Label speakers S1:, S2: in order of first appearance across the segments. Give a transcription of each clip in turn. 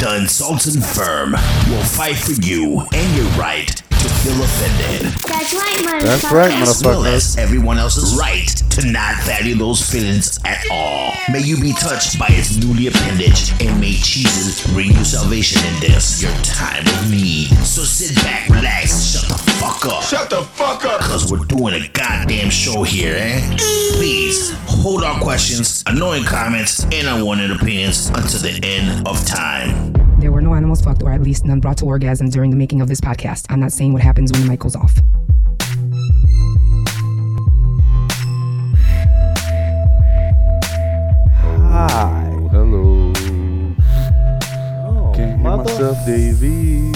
S1: consultant firm will fight for you and your right to feel offended.
S2: That's right, motherfucker.
S3: That's right,
S1: as well
S3: motherfuckers.
S1: as everyone else's right to not value those feelings at all. May you be touched by its newly appendage, and may Jesus bring you salvation in this, your time of need. So sit back, relax, shut the fuck up. Shut the fuck up! Because we're doing a goddamn show here, eh? Please hold our questions, annoying comments, and unwanted opinions until the end of time.
S4: There were no animals fucked, or at least none brought to orgasm during the making of this podcast. I'm not saying what happens when the mic goes off.
S3: Hi. Hello. Can't hear myself, Davey.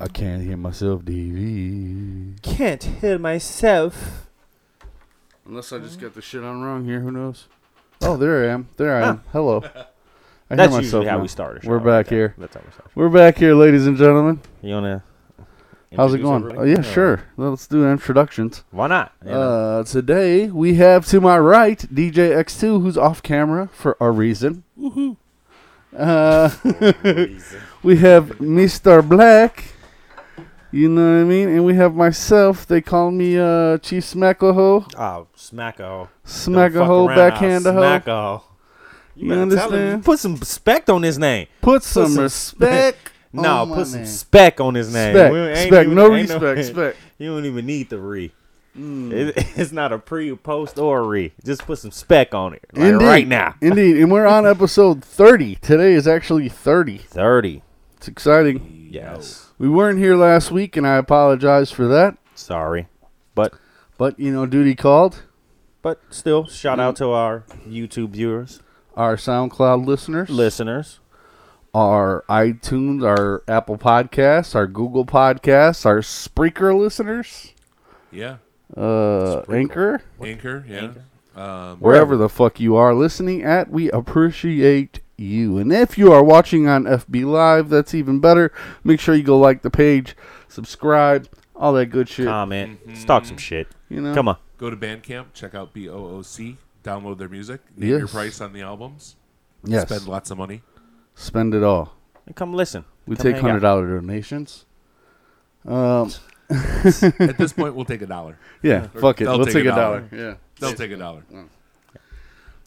S3: I can't hear myself, Davey.
S5: Can't hear myself.
S3: Unless I just got the shit on wrong here, who knows? Oh, there I am. There I am. Hello. I
S5: That's
S3: hear myself
S5: usually how
S3: now.
S5: we start. A show
S3: We're
S5: like
S3: back
S5: that.
S3: here.
S5: That's how we start.
S3: We're back here, ladies and gentlemen.
S5: You wanna?
S3: How's it
S5: introduce
S3: going?
S5: everybody?
S3: Oh, yeah, sure. Well, Let's do introductions.
S5: Why not? You know,
S3: Uh, today we have to my right DJ X2, who's off camera for a reason. Uh, we have Mr. Black. You know what I mean? And we have myself. They call me uh, Chief Smackaho.
S5: oh, smack a
S3: Smackaho, backhand Uh, a hoe.
S5: Smack a
S3: You understand?
S5: Put some spec on his name.
S3: Put some
S5: some
S3: respect. on
S5: No,
S3: my
S5: put some
S3: name.
S5: spec on his name.
S3: Spec,
S5: We ain't
S3: spec, no
S5: ain't
S3: respect, spec. Mm.
S5: You don't even need the re. It- it's not a pre, post, or a re. Just put some spec on it like
S3: Indeed.
S5: right now.
S3: Indeed. And we're on episode 30. Today is actually 30.
S5: Thirty.
S3: It's exciting.
S5: Yes.
S3: We weren't here last week, and I apologize for that.
S5: Sorry, but
S3: But, you know, duty called.
S5: but still, shout
S3: Mm.
S5: out to our YouTube viewers,
S3: Our SoundCloud listeners,
S5: listeners.
S3: our iTunes, our Apple Podcasts, our Google Podcasts, our Spreaker listeners,
S6: Yeah.
S3: uh, Anchor,
S6: Anchor, yeah. Um,
S3: wherever the fuck you are listening at, we appreciate you. And if you are watching on FB Live, that's even better. Make sure you go like the page, subscribe, all that good shit.
S5: Comment.
S6: Mm-hmm.
S5: Let's talk some shit.
S3: You know?
S5: Come on.
S6: go to Bandcamp, check out BOOC, download their music, name your
S3: Yes.
S6: price on the albums,
S3: Yes.
S6: spend
S3: Spend,
S6: lots of money.
S3: it all.
S5: And come listen.
S3: We
S5: Come
S3: take
S5: hang out.
S3: $100 donations. Um,
S6: At this point, we'll take a dollar.
S3: yeah, fuck it.
S6: They'll
S3: we'll
S6: take
S3: take,
S6: a
S3: a dollar.
S6: dollar.
S3: Yeah.
S6: They'll take a dollar.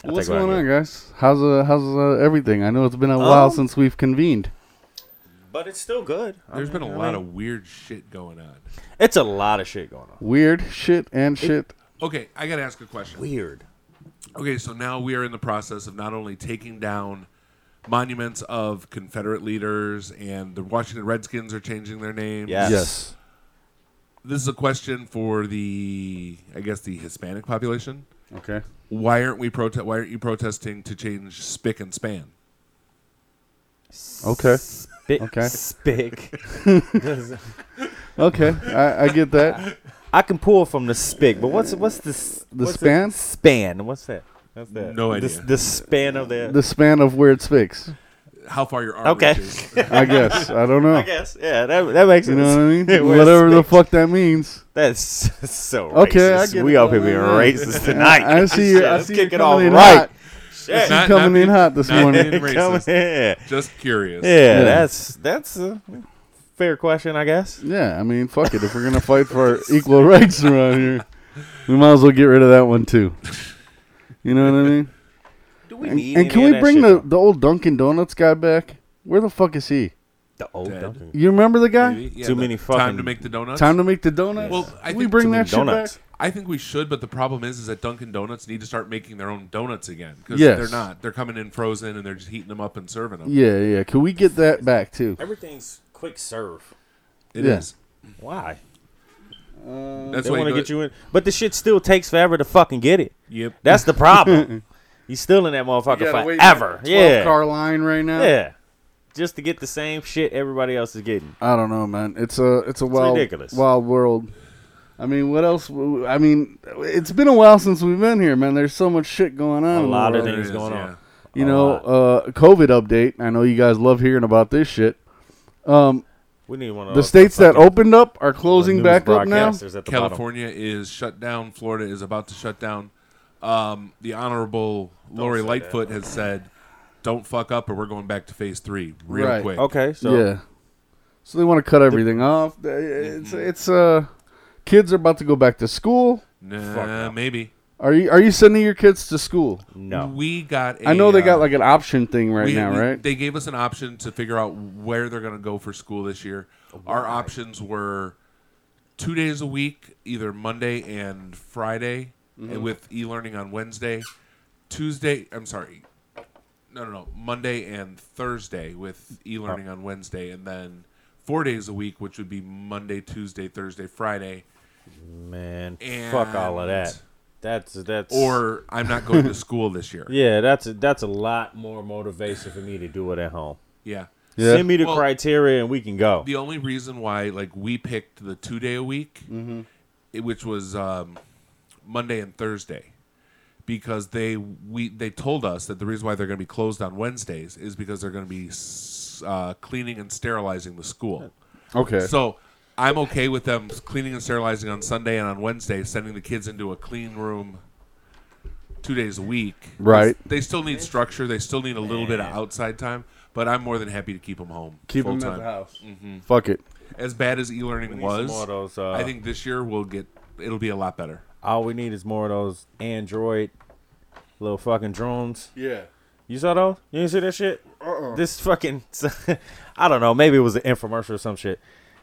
S5: I'll
S3: What's
S5: take what I
S3: going on,
S5: can
S3: guys? How's uh, how's uh, everything? I know it's been a while
S5: Um,
S3: since we've convened.
S5: get. But it's still good.
S6: There's been a lot of weird shit going on.
S5: It's a lot of shit going on.
S3: Weird shit and shit.
S6: Okay, I got to ask a question.
S5: Weird.
S6: Okay, so now we are in the process of not only taking down monuments of Confederate leaders and the Washington Redskins are changing their names.
S5: Yes.
S3: Yes.
S6: This is a question for the, I guess, the Hispanic population.
S3: Okay.
S6: Why aren't we protest? Why aren't you protesting to change spick and span?
S3: Okay.
S5: Spick.
S3: Okay.
S5: Spick.
S3: Okay. I, I get that.
S5: I can pull from the spick, but what's what's the s-
S3: The
S5: what's
S3: span?
S5: span. What's that? That's that.
S6: No
S5: The s-
S6: idea.
S5: The, span of the.
S3: The span of where it speaks.
S6: How far your arm
S5: Okay.
S6: reaches?
S3: I guess. I don't know.
S5: I guess. Yeah. That that makes
S3: You
S5: sense.
S3: know what I mean?
S5: Where it's
S3: Whatever the
S5: spick.
S3: fuck that means.
S5: That's so
S3: Okay,
S5: racist.
S3: I get
S5: we
S3: it.
S5: up here being
S3: Yeah.
S5: racist tonight.
S3: I see you.
S5: Shit,
S3: I
S5: let's
S3: see you
S5: kick it
S3: coming
S5: off
S3: in
S5: right.
S3: hot. You coming in hot this
S6: not
S3: morning.
S6: being
S5: Come
S6: racist.
S5: here.
S6: Just curious.
S5: Yeah,
S3: Yeah.
S5: that's that's a fair question, I guess.
S3: Yeah. I mean, fuck it. If we're gonna fight for equal rights around here, we might as well get rid of that one too. You know what I mean?
S5: Do we
S3: And, and can we bring the, the old Dunkin' Donuts guy back? Where the fuck is he?
S5: the old
S6: Dead.
S5: Dunkin'?
S3: You remember the guy?
S6: Maybe. Yeah,
S5: Too
S6: the
S5: many
S6: Time
S5: fucking-
S6: to make the donuts.
S3: Time to make the donuts.
S6: Well, I
S3: Can we
S6: think
S3: bring
S6: to
S3: that
S5: make
S3: shit
S5: donuts.
S3: back.
S6: I think we should, but the problem is, is that Dunkin' Donuts need to start making their own donuts again because
S3: Yes.
S6: they're not. They're coming in frozen and they're just heating them up and serving them.
S3: Yeah, yeah. Can we get that back too?
S5: Everything's quick serve.
S6: It is.
S3: Yeah.
S5: Why?
S6: That's
S5: They
S6: why
S5: want to
S6: go-
S5: get you in, but the shit still takes forever to fucking get it.
S6: Yep.
S5: That's the problem. you still in that motherfucker forever. Yeah,
S3: Car line right now.
S5: yeah. Just to get the same shit everybody else is getting.
S3: I don't know, man. It's a it's a wild
S5: ridiculous.
S3: wild world. I mean, what else? w- I mean, it's been a while since we've been here, man. There's so much shit going on.
S5: A
S3: in the
S5: lot of
S3: world.
S6: There it
S5: things
S6: is,
S5: going
S6: yeah.
S5: on.
S3: You
S5: a
S3: know,
S5: lot.
S3: uh, COVID update. I know you guys love hearing about this shit. Um,
S5: We need one of
S3: the
S5: those
S3: states that
S5: Oh, fucking
S3: opened up are closing
S5: news
S3: back up now.
S5: broadcasters at the bottom.
S6: California is shut down. Florida is about to shut down. Um, the Honorable Lori Lightfoot has said don't fuck up or we're going back to phase three real
S3: Right.
S6: quick.
S5: Okay, so
S3: yeah. So they want to cut everything off. It's
S5: Mm-hmm.
S3: it's uh, kids are about to go back to school.
S6: Nah, maybe.
S3: Are you are you sending your kids to school?
S5: no.
S6: We got. uh, I
S3: I know they got like an option thing right
S6: we-
S3: now,
S6: we-
S3: right?
S6: They gave us an option to figure out where they're going to go for school this year. Our options were two days a week, either Monday and Friday, and with e-learning on Wednesday, Tuesday. I'm sorry, no, no, no, Monday and Thursday with e-learning on Wednesday, and then four days a week, which would be Monday, Tuesday, Thursday, Friday,
S5: Man, fuck all of that.
S6: And-
S5: That's that's
S6: or I'm not going to school this year.
S5: yeah, that's a, that's a lot more motivation for me to do it at home.
S6: yeah.
S3: Yeah.
S5: Send me the
S6: Well-
S5: criteria and we can go.
S6: the only reason why like we picked the two day a week
S3: Mm-hmm.
S6: it- which was um, monday and thursday because they we they told us that the reason why they're going to be closed on wednesdays is because they're going to be s- uh, cleaning and sterilizing the school
S3: Okay.
S6: so i'm okay with them cleaning and sterilizing on sunday and on wednesday sending the kids into a clean room two days a week
S3: Right.
S6: they still need structure they still need a little bit of outside time but i'm more than happy to keep them home
S3: Keep them at
S6: full-time
S3: the house. Fuck it.
S6: as bad as e-learning
S5: need some
S6: was,
S5: more of those, uh,
S6: I think this year we'll get it'll be a lot better.
S5: All we need is more of those Android little fucking drones.
S3: Yeah.
S5: You saw those? You didn't see that shit? Uh-uh. This fucking, I don't know. Maybe it was an infomercial or some shit.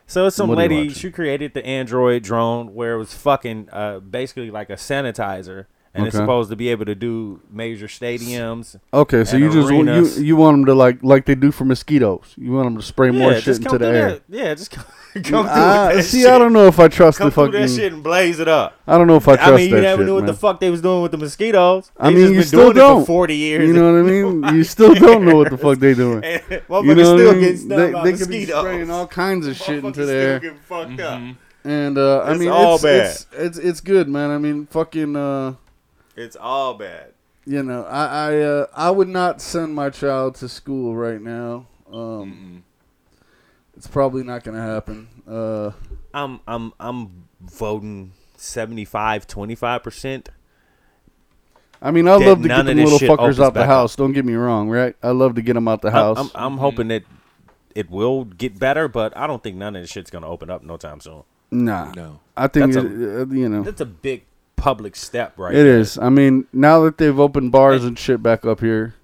S5: So it's some
S3: What are you
S5: lady.
S3: watching?
S5: She created the Android drone where it was fucking, uh, basically like a sanitizer, and it's
S3: Okay.
S5: supposed to be able to do major stadiums.
S3: Okay, so
S5: And
S3: you just want,
S5: arenas.
S3: you you want them to like like they do for mosquitoes. You want them to spray more
S5: yeah,
S3: shit
S5: just come
S3: into the
S5: through
S3: air.
S5: that. Yeah, just come, come through with
S3: Ah,
S5: that
S3: see,
S5: shit.
S3: I don't know if I trust
S5: come
S3: the
S5: through
S3: fucking.
S5: that shit and blaze it up.
S3: I don't know if I trust
S5: I mean, you
S3: that
S5: never
S3: shit,
S5: knew what the
S3: man.
S5: fuck they was doing with the mosquitoes.
S3: I
S5: They
S3: mean,
S5: just
S3: you
S5: been
S3: still
S5: doing it
S3: don't.
S5: for forty years.
S3: You know what I mean? You still don't know what the fuck they doing.
S5: Motherfuckers
S3: You know what
S5: still
S3: I mean?
S5: getting stung
S3: They,
S5: by
S3: they could be
S5: mosquitoes.
S3: spraying all kinds of shit
S5: Motherfuckers
S3: into
S5: still
S3: there.
S5: getting fucked up.
S3: And uh, I
S5: It's
S3: mean,
S5: all
S3: it's, It's, it's it's good, man. I mean, fucking, uh,
S5: It's all bad.
S3: you know, I I, uh, I would not send my child to school right now. Um, it's probably not gonna happen. Uh,
S5: I'm I'm I'm voting 75 25 percent.
S3: I mean, I
S5: That
S3: love to
S5: none
S3: get
S5: of
S3: them
S5: this
S3: little
S5: shit opens
S3: fuckers out the
S5: back up.
S3: house. Don't get me wrong, right? I love to get them out the house.
S5: I'm, I'm hoping that it will get better, but I don't think none of this shit's gonna open up no time soon.
S3: nah,
S6: No.
S3: I think it,
S5: That's
S3: uh, you know
S5: That's a big public step, right?
S3: it is. I mean, now that they've opened bars and shit back up here,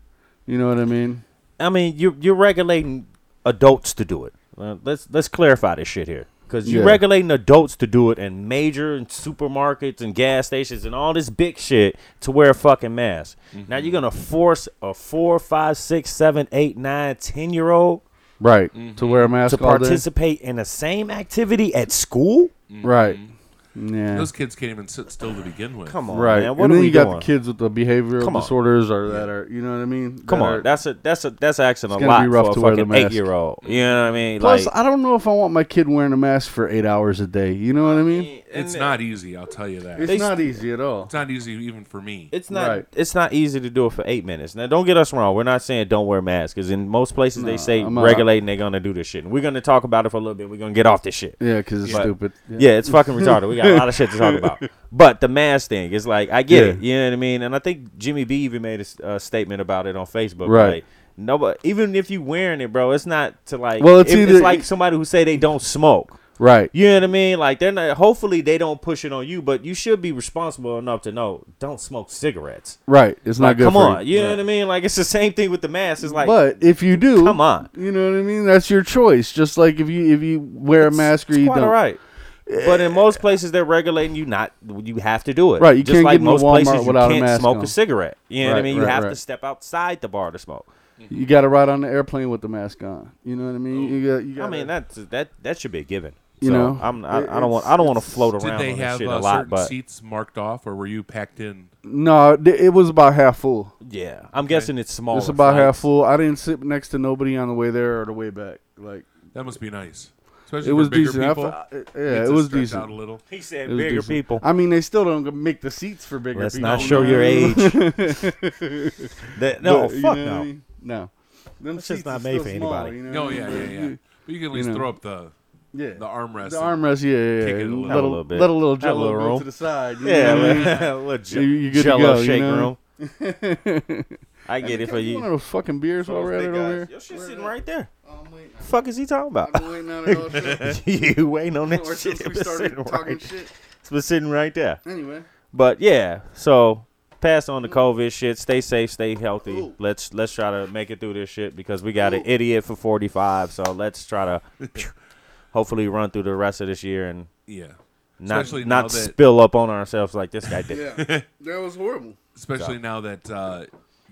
S3: you know what I mean?
S5: I mean, you you're regulating adults to do it. Uh, let's let's clarify this shit here, because you're
S3: Yeah.
S5: regulating adults to do it in major and supermarkets and gas stations and all this big shit to wear a fucking mask.
S3: Mm-hmm.
S5: Now you're gonna force a four, five, six, seven, eight, nine, ten year old
S3: Right to wear a mask
S5: Mm-hmm. to
S3: all day.
S5: participate in the same activity at school.
S3: Right.
S5: Mm-hmm.
S3: Yeah.
S6: Those kids can't even sit still to begin with.
S5: Come on,
S3: right.
S5: Oh, man. What
S3: and
S5: are
S3: then
S5: we
S3: you
S5: doing?
S3: got the kids with the behavioral
S5: Come on.
S3: disorders or that are you know what I mean?
S5: Come
S3: That
S5: on,
S3: are-
S5: that's a that's a that's asking a
S3: gonna be
S5: lot
S3: rough
S5: for
S3: to
S5: a
S3: wear the
S5: fucking
S3: mask.
S5: eight year old. You know what I mean?
S3: plus
S5: like,
S3: I don't know if I want my kid wearing a mask for eight hours a day. You know what I mean?
S6: It's not easy, I'll tell you that.
S3: It's
S6: It's
S5: They
S3: not easy at all.
S6: not easy even for me.
S5: It's not.
S3: Right.
S5: It's not easy to do it for eight minutes. Now, don't get us wrong. We're not saying don't wear masks, because in most places they say
S3: I'm not-
S5: regulating. They're gonna do this shit, and we're gonna talk about it for a little bit. We're gonna get off this shit.
S3: Yeah, because it's
S5: But-
S3: stupid.
S5: Yeah, it's fucking retarded. We got a lot of shit to talk about. But the mask thing is like, I get it. You know what I mean? And I think Jimmy B even made a s- a statement about it on Facebook.
S3: Right.
S5: Like, no, but even if you wearing it, bro, it's not to like.
S3: Well, it's
S5: if-
S3: either-
S5: like somebody who say they don't smoke.
S3: Right.
S5: You know what I mean? Like they're not. Hopefully they don't push it on you, but you should be responsible enough to know don't smoke cigarettes.
S3: Right. It's not
S5: Like,
S3: good.
S5: come
S3: for
S5: on,
S3: You.
S5: you know what I mean? Like it's the same thing with the mask. It's like
S3: But if you do,
S5: Come on.
S3: You know what I mean? That's your choice. Just like if you if you wear a mask or
S5: it's
S3: you
S5: quite
S3: don't.
S5: all right. But in most places, they're regulating you not. You have to do it,
S3: Right, you
S5: Just
S3: can't
S5: like
S3: get into
S5: most
S3: Walmart
S5: places,
S3: without a
S5: you can't
S3: mask
S5: smoke
S3: on.
S5: a cigarette. You know what I
S3: Right,
S5: mean? You
S3: right,
S5: have to
S3: right.
S5: step outside the bar to smoke.
S3: You got to ride on the airplane with the mask on. You know what I mean? You got. You got
S5: I mean, that's that that should be a given.
S3: You
S5: So,
S3: know,
S5: I'm, I,
S3: it-
S5: I don't want
S3: it's-
S5: I don't want to float around
S6: Did they
S5: on this
S6: have
S5: shit
S6: uh,
S5: a lot,
S6: certain
S5: but
S6: seats marked off, or were you packed in?
S3: no, th- it was about half full.
S5: yeah, I'm guessing it's small.
S3: It's about half full. I didn't sit next to nobody on the way there or the way back. Like
S6: That must be nice. Especially
S3: it
S6: for
S3: was
S6: bigger
S3: decent. I
S6: people.
S3: fe- I-
S6: You
S3: yeah,
S6: get
S3: it
S6: to
S3: was
S6: stretch
S3: decent.
S6: out a
S3: It
S6: little.
S5: He said
S3: was
S5: bigger
S3: decent.
S5: people.
S3: I mean, they still don't make the seats for bigger
S5: Let's
S3: people.
S5: not show your age. That- no,
S3: But, you know
S5: fuck
S3: what I
S5: no.
S3: mean? No. Them
S5: That's just
S3: seats are
S5: not made
S3: still
S5: for
S3: small,
S5: anybody.
S3: you know
S6: No,
S3: what I
S6: Oh, yeah,
S3: mean?
S6: yeah, yeah. But you can at least
S3: know.
S6: throw up the
S3: Yeah.
S6: the armrest.
S3: The armrest, yeah, yeah,
S6: Kick
S3: yeah.
S6: it a little.
S3: Let, a,
S5: A little bit.
S3: let a little
S5: Have a
S3: jello
S5: little
S3: go
S5: room.
S3: to the side. you know
S5: Yeah,
S3: what I mean?
S5: a little
S3: You- you good to
S5: jello
S3: go, you
S5: shake
S3: know?
S5: room. I get it for
S3: You want
S5: you.
S3: a fucking beers while we're at it over
S5: Your
S3: here?
S5: shit's sitting right there.
S3: Oh, I'm waiting.
S5: Fuck is he talking about?
S3: I've been waiting on it all show.
S5: you waiting on
S3: Or
S5: that shit?
S3: since
S5: It
S3: we
S5: was
S3: started
S5: sitting
S3: talking
S5: right,
S3: shit.
S5: it was sitting right there.
S3: Anyway,
S5: But yeah, so pass on the COVID shit. Stay safe, stay healthy.
S3: Mm-hmm. Ooh.
S5: Let's let's try to make it through this shit because we got an idiot for forty five. So let's try to hopefully run through the rest of this year and
S6: Yeah.
S5: not
S6: especially now
S5: not
S6: that
S5: spill up on ourselves like this guy did.
S3: yeah, that was horrible.
S6: especially now that uh,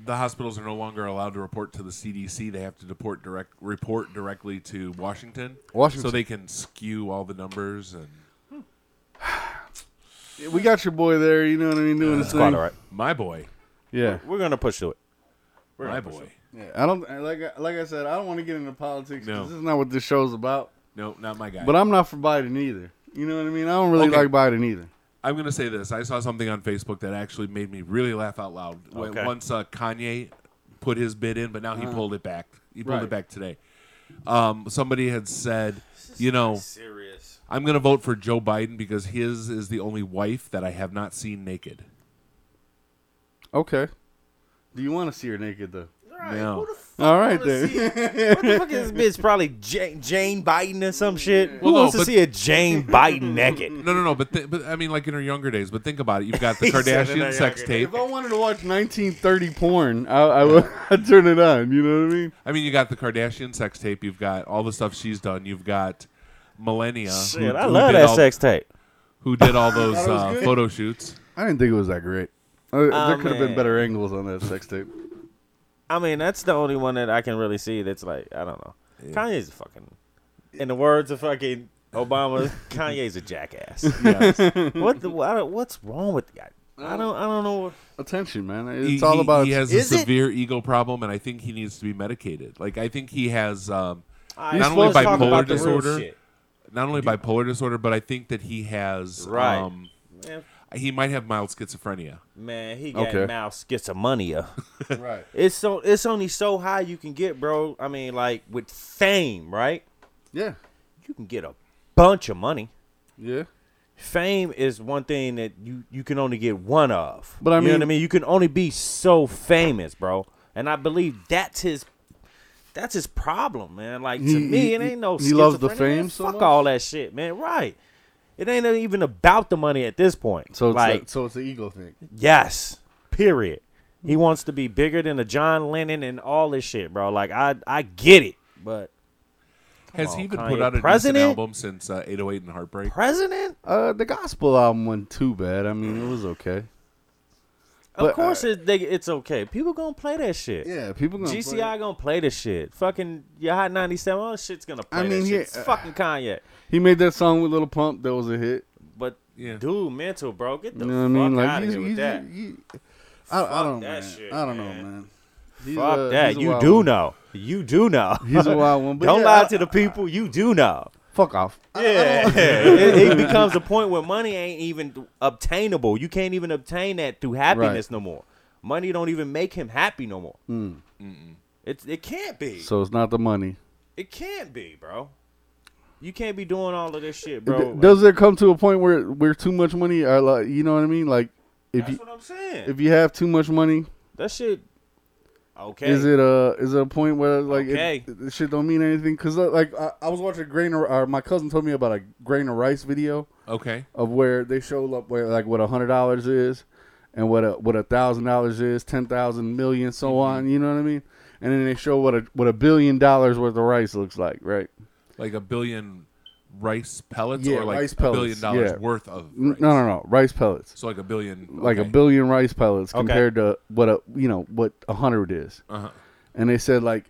S6: the hospitals are no longer allowed to report to the CDC, they have to deport direct report directly to Washington.
S3: Washington.
S6: So they can skew all the numbers and
S3: We got your boy there. You know what I mean, doing his
S5: It's quite
S3: thing.
S5: all right.
S6: my boy,
S3: Yeah,
S5: We're gonna push through it. We're
S6: my
S5: gonna push through
S6: boy.
S5: it.
S3: yeah. I don't I- like. I- Like I said, I don't want to get into politics. 'cause
S6: No.
S3: This is not what this show's about.
S6: No, not my guy.
S3: But I'm not for Biden either. You know what I mean? I don't really
S6: Okay.
S3: like Biden either.
S6: I'm gonna say this. I saw something on Facebook that actually made me really laugh out loud. When-
S5: Okay.
S6: Once uh, Kanye put his bid in, but now he pulled it back. He pulled
S3: Right.
S6: it back today. Um, somebody had said, you know,
S5: Serious.
S6: I'm gonna vote for Joe Biden because his is the only wife that I have not seen naked.
S3: Okay. Do you want to see her naked though?
S6: No.
S3: All right then.
S5: what the fuck is this bitch? Probably Jane, Jane Biden or some shit. Who
S6: Well, no,
S5: wants to
S6: but-
S5: see a Jane Biden naked?
S6: No, no, no. But, th- but I mean, like in her younger days. But think about it. You've got the
S5: He said in her
S6: Kardashian sex
S5: younger
S6: tape.
S3: If I wanted to watch 1930 porn, I, I would I'd turn it on. You know what I mean?
S6: I mean, you got the Kardashian sex tape. You've got all the stuff she's done. You've got Millennia. who-
S5: Shit, I
S6: who
S5: love
S6: did
S5: that
S6: all-
S5: sex tape.
S6: Who did all those
S3: Thought it was
S6: uh,
S3: good.
S6: photo shoots?
S3: I didn't think it was that great. Uh, there could have been
S5: Oh, man.
S3: better angles on that sex tape.
S5: I mean, that's the only one that I can really see that's like, I don't know. Kanye's a fucking, in the words of fucking Obama, Kanye's a jackass. what the, I don't- what's wrong with the guy? I don't, I don't know.
S3: Attention, man.
S6: He-
S3: It's all
S6: he-
S3: about.
S6: He has a
S5: Is it?
S6: severe ego problem, and I think he needs to be medicated. Like I think he has um,
S5: I-
S6: not
S3: You're
S6: only
S3: supposed to talk
S6: bipolar
S3: about the real
S6: disorder,
S5: shit.
S6: not only bipolar disorder, but I think that he has
S5: Right.
S6: um,
S5: Man,
S6: he might have mild schizophrenia.
S5: man, he got
S3: Okay.
S5: mouth schizophrenia.
S3: right.
S5: it's so, it's only so high you can get, bro. I mean, like with fame, right?
S3: Yeah.
S5: You can get a bunch of money.
S3: Yeah.
S5: fame is one thing that you you can only get one of.
S3: But I
S5: you know
S3: mean-
S5: what I mean. You can only be so famous, bro. And I believe that's his that's his problem, man. Like to
S3: He-
S5: me,
S3: he-
S5: it ain't no.
S3: he loves the
S5: schizophrenia, man.
S3: fame so
S5: Fuck
S3: much?
S5: all that shit, man. Right. It ain't even about the money at this point.
S3: So it's
S5: like
S3: a, so it's an ego thing.
S5: yes, period. He wants to be bigger than a John Lennon and all this shit, bro. Like I I get it, but
S6: Has
S5: on,
S6: he even
S5: Kanye.
S6: put out a decent
S5: President?
S6: album since uh, 808 and Heartbreak?
S5: president.
S3: Uh, the gospel album wasn't too bad. I mean, it was okay. But, uh,
S5: of course, it, they, it's okay. People gonna play that shit.
S3: Yeah, people gonna. play
S5: GCI
S3: it.
S5: gonna play this shit. Fucking your hot ninety seven, all this shit's gonna play
S3: I mean,
S5: this
S3: yeah,
S5: shit. It's
S3: uh,
S5: fucking Kanye.
S3: He made that song with Little Pump that was a hit.
S5: But
S6: Yeah.
S5: dude, mental bro, get the
S3: You know what I mean?
S5: fuck
S3: Like
S5: out of
S3: he's-
S5: here with
S3: he's-
S5: that.
S3: he- I, I don't know.
S5: that
S3: man.
S5: shit,
S3: I don't know,
S5: man.
S3: man. He's
S5: fuck
S3: a- he's
S5: that.
S3: a
S5: You
S3: wild
S5: do
S3: one.
S5: know. You do know.
S3: He's a wild one. But
S5: Don't
S3: yeah,
S5: lie
S3: I-
S5: to the people. You do know.
S3: Fuck off. I-
S5: Yeah, it, it becomes a point where money ain't even obtainable. You can't even obtain that through happiness no more. Money don't even make him happy no more. It it can't be.
S3: Hmm. So it's not the money.
S5: It can't be, bro. You can't be doing all of this shit,
S3: D-
S5: bro.
S3: Does there come to a point where where too much money? Are like, you know what I mean? Like if
S5: That's
S3: you
S5: what I'm saying.
S3: if you have too much money,
S5: That shit. Okay.
S3: is it a is it a point where like it-
S5: Okay.
S3: it, this shit don't mean anything? Because like I, I was watching a grain of or my cousin told me about a grain of rice video
S6: Okay.
S3: of where they show up where like what a hundred dollars is, and what a what a thousand dollars is, ten thousand million,
S6: Mm-hmm.
S3: so on. You know what I mean? And then they show what a what a billion dollars worth of rice looks like, right?
S6: Like a billion rice pellets
S3: Yeah,
S6: or like
S3: rice
S6: a
S3: pellets,
S6: billion dollars
S3: yeah.
S6: worth of
S3: N-
S6: rice?
S3: No, no, no, rice pellets.
S6: So like a billion.
S3: like a
S6: okay.
S3: billion rice pellets
S5: Okay.
S3: compared to what a you know what a hundred is,
S6: Uh-huh.
S3: and they said like